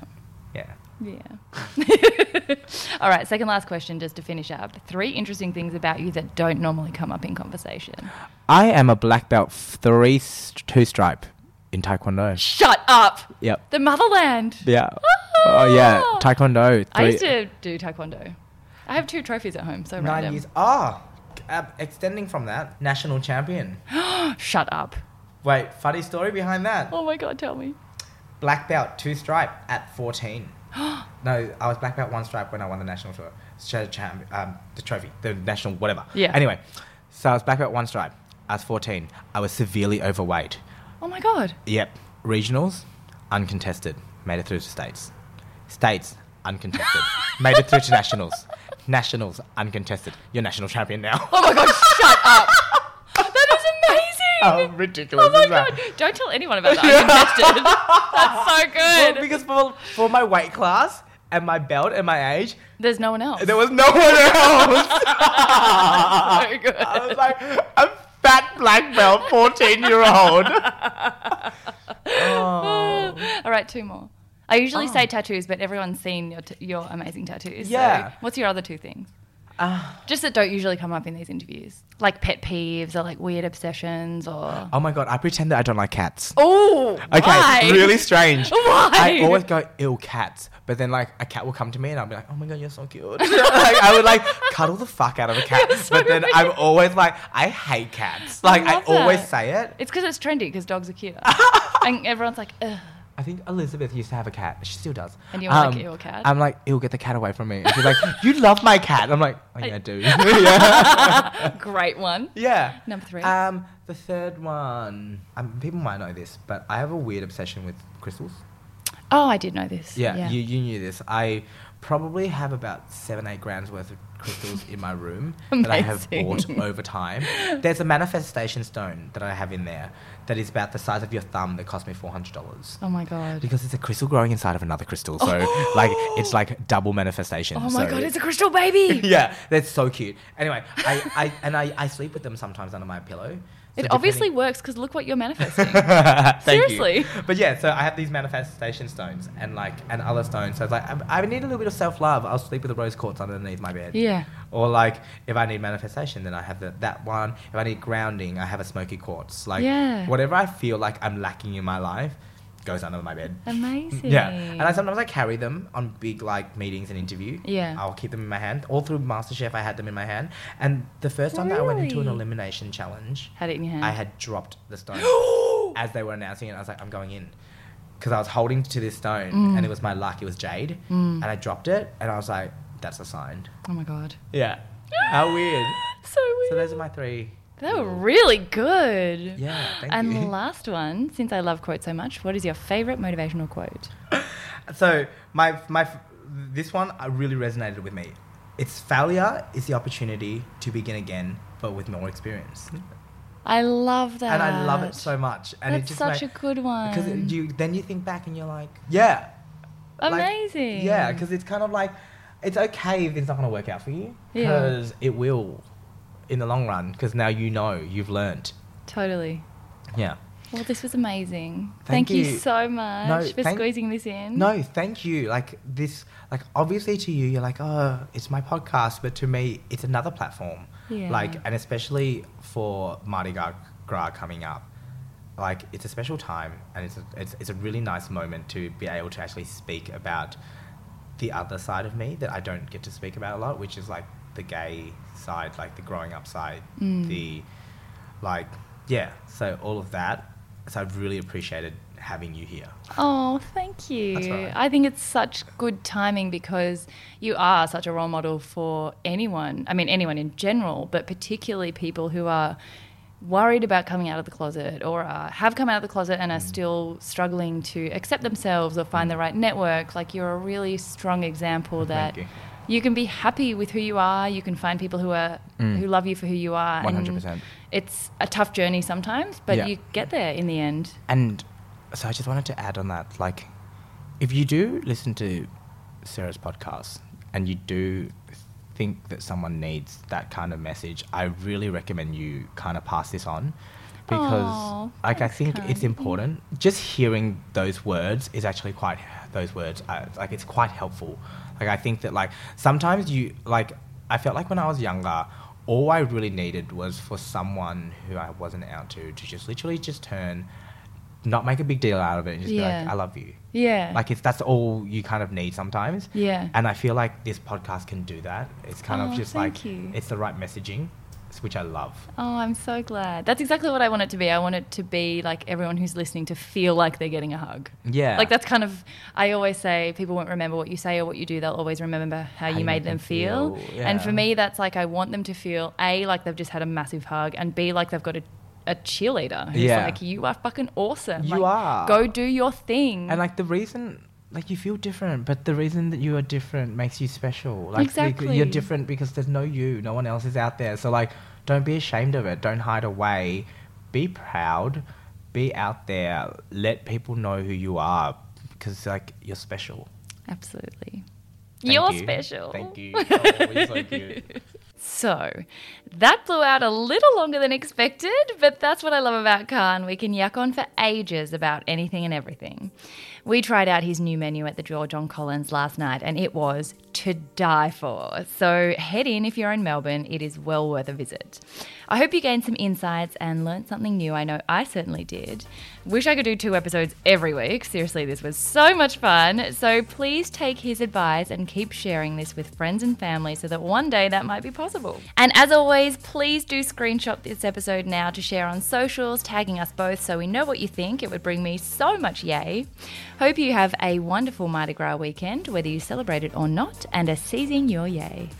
S1: Yeah.
S3: Yeah. All right, second last question just to finish up. Three interesting things about you that don't normally come up in conversation.
S1: I am a black belt three st- two stripe in Taekwondo.
S3: Shut up.
S1: Yep.
S3: The motherland.
S1: Yeah. Oh yeah, Taekwondo.
S3: I used
S1: three-
S3: to do taekwondo. I have two trophies at home, so
S1: nine
S3: random.
S1: years. Ah, uh, extending from that, national champion.
S3: Shut up.
S1: Wait, funny story behind that.
S3: Oh my god, tell me.
S1: Black belt two stripe at fourteen. no, I was black belt one stripe when I won the national tour, cha- cham- um, the trophy, the national whatever.
S3: Yeah.
S1: Anyway, so I was black belt one stripe. I was fourteen. I was severely overweight.
S3: Oh my god.
S1: Yep. Regionals, uncontested. Made it through to states. States, uncontested. Made it through to nationals. Nationals, uncontested. You're national champion now.
S3: Oh my god, shut up. That is amazing.
S1: How ridiculous
S3: Oh my
S1: is that?
S3: god! Don't tell anyone about that. I ingested. That's so
S1: Well,
S3: good.
S1: because for, for my weight class and my belt and my age,
S3: There's no one else.
S1: there was no one else.
S3: so good.
S1: I was like, a fat black belt, 14 year old. Oh.
S3: All right, two more. I usually say tattoos, but everyone's seen your, t- your amazing tattoos. so
S1: Yeah. Ah.
S3: what's your other two things? Just that don't usually come up in these interviews, like pet peeves or like weird obsessions or.
S1: Oh my god, I pretend that I don't like cats.
S3: Oh,
S1: Okay, it's really strange.
S3: Why?
S1: I always go ill cats, but then like a cat will come to me and I'll be like, "Oh my god, you're so cute." like, I would like cuddle the fuck out of a cat,
S3: That's so
S1: but then
S3: weird.
S1: I'm always like, "I hate cats." Like I,
S3: love
S1: always
S3: that.
S1: say it.
S3: It's because it's trendy because dogs are cute, and everyone's like, Ugh.
S1: I think Elizabeth used to have a cat. She still does.
S3: And you're like, "Ew, cat."
S1: Um, I'm like, "Ew, get the cat away from me." And she's like, "You love my cat." I'm like, "Oh yeah, I do." yeah.
S3: great one.
S1: Yeah.
S3: Number three.
S1: Um, the third one. Um, people might know this, but I have a weird obsession with crystals.
S3: Oh, I did know this.
S1: Yeah, You, you knew this. I probably have about seven, eight grams worth of crystals in my room that I have bought
S3: Amazing.
S1: over time. There's a manifestation stone that I have in there that is about the size of your thumb that cost me $400.
S3: Oh my god.
S1: Because it's a crystal growing inside of another crystal, so like it's like double manifestation.
S3: Oh my
S1: so-
S3: god, it's a crystal baby.
S1: yeah, that's so cute. Anyway, I, I and I, I sleep with them sometimes under my pillow. So
S3: It obviously
S1: depending-
S3: works because look what you're manifesting.
S1: Thank you.
S3: Seriously.
S1: But yeah, so I have these manifestation stones and like and other stones. So it's like um, I, I need a little bit of self love. I'll sleep with a rose quartz underneath my bed.
S3: yeah.
S1: Or like if I need manifestation, then I have the, that one. If I need grounding, I have a smoky quartz. Like
S3: Yeah.
S1: whatever I feel like I'm lacking in my life goes under my bed.
S3: Amazing.
S1: Yeah, and I sometimes I carry them on big like meetings and interview.
S3: Yeah.
S1: I'll keep them in my hand. All through MasterChef, I had them in my hand. And the first time that I went into an
S3: Really?
S1: elimination challenge,
S3: had it in your hand.
S1: I had dropped the stone as they were announcing it. I was like, I'm going in. Because I was holding to this stone
S3: Mm.
S1: and it was my luck, it was jade. And I dropped it and I was like, that's a sign.
S3: oh my god.
S1: Yeah. How weird.
S3: So weird.
S1: So those are my three.
S3: They were really good.
S1: Yeah, thank
S3: and
S1: you.
S3: last one, since I love quotes so much, what is your favorite motivational quote?
S1: So my my this one uh, really resonated with me. It's failure is the opportunity to begin again, but with more experience.
S3: I love that.
S1: And I love it so much. And
S3: That's
S1: it just
S3: such
S1: ma-
S3: a good one.
S1: because it- you then you think back and you're like, yeah, like,
S3: Amazing.
S1: yeah, because it's kind of like it's okay if it's not going to work out for you
S3: Yeah.
S1: because it will in the long run because now you know you've learned.
S3: Totally.
S1: Yeah.
S3: Well, this was amazing.
S1: Thank
S3: you.
S1: you.
S3: so much
S1: No,
S3: for
S1: thank-
S3: squeezing this in.
S1: No, thank you. Like this, like obviously to you, you're like, oh, it's my podcast, but to me, it's another platform.
S3: Yeah.
S1: Like, and especially for Mardi Gras, Gras coming up, like it's a special time, and it's a, it's it's a really nice moment to be able to actually speak about the other side of me that I don't get to speak about a lot, which is like the gay side, like the growing up side,
S3: Mm.
S1: the like yeah. So all of that. So I've really appreciated having you here.
S3: Oh, thank you.
S1: That's all right.
S3: I think it's such good timing because you are such a role model for anyone. I mean, anyone in general, but particularly people who are worried about coming out of the closet or uh, have come out of the closet and are
S1: Mm.
S3: still struggling to accept themselves or find the right network. Like, you're a really strong example that.
S1: you.
S3: You can be happy with who you are. You can find people who are
S1: Mm.
S3: who love you for who you are. and
S1: 100%.
S3: It's a tough journey sometimes, but
S1: Yeah.
S3: you get there in the end.
S1: And so I just wanted to add on that, like, if you do listen to Sarah's podcast and you do think that someone needs that kind of message, I really recommend you kind of pass this on because,
S3: Aw,
S1: like, I
S3: thanks,
S1: think
S3: Kai.
S1: it's important. Just hearing those words is actually quite those words. Uh, like, it's quite helpful. Like, I think that like sometimes you like I felt like when I was younger. All I really needed was for someone who I wasn't out to to just literally just turn not make a big deal out of it and just be
S3: Yeah.
S1: like, I love you.
S3: Yeah.
S1: Like it's that's all you kind of need sometimes.
S3: Yeah.
S1: And I feel like this podcast can do that. It's kind
S3: Oh,
S1: of just
S3: thank
S1: like
S3: you.
S1: it's the right messaging, which I love.
S3: Oh, I'm so glad. That's exactly what I want it to be. I want it to be like everyone who's listening to feel like they're getting a hug.
S1: Yeah.
S3: Like that's kind of I always say people won't remember what you say or what you do. They'll always remember how, you made them feel. And for
S1: yeah.
S3: me, that's like I want them to feel a like they've just had a massive hug, and b like they've got a a cheerleader who's
S1: Yeah.
S3: like, "You are fucking awesome.
S1: You
S3: Like,
S1: are.
S3: Go do your thing."
S1: And like the reason like you feel different, but the reason that you are different makes you special. Like bec-
S3: Exactly.
S1: you're different because there's no you, no one else is out there. So like don't be ashamed of it. Don't hide away. be proud, be out there, let people know who you are because like you're special.
S3: Absolutely.
S1: Thank
S3: You're
S1: you.
S3: special.
S1: Thank you. Oh, you're so cute.
S3: So that blew out a little longer than expected, but that's what I love about Khan. We can yak on for ages about anything and everything. We tried out his new menu at the George on Collins last night, and it was to die for. So head in if you're in Melbourne, it is well worth a visit. I hope you gained some insights and learned something new. I know I certainly did. Wish I could do two episodes every week. Seriously, this was so much fun. So please take his advice and keep sharing this with friends and family so that one day that might be possible. And as always, please do screenshot this episode now to share on socials, tagging us both so we know what you think. It would bring me so much yay. Hope you have a wonderful Mardi Gras weekend, whether you celebrate it or not, and are seizing your yay.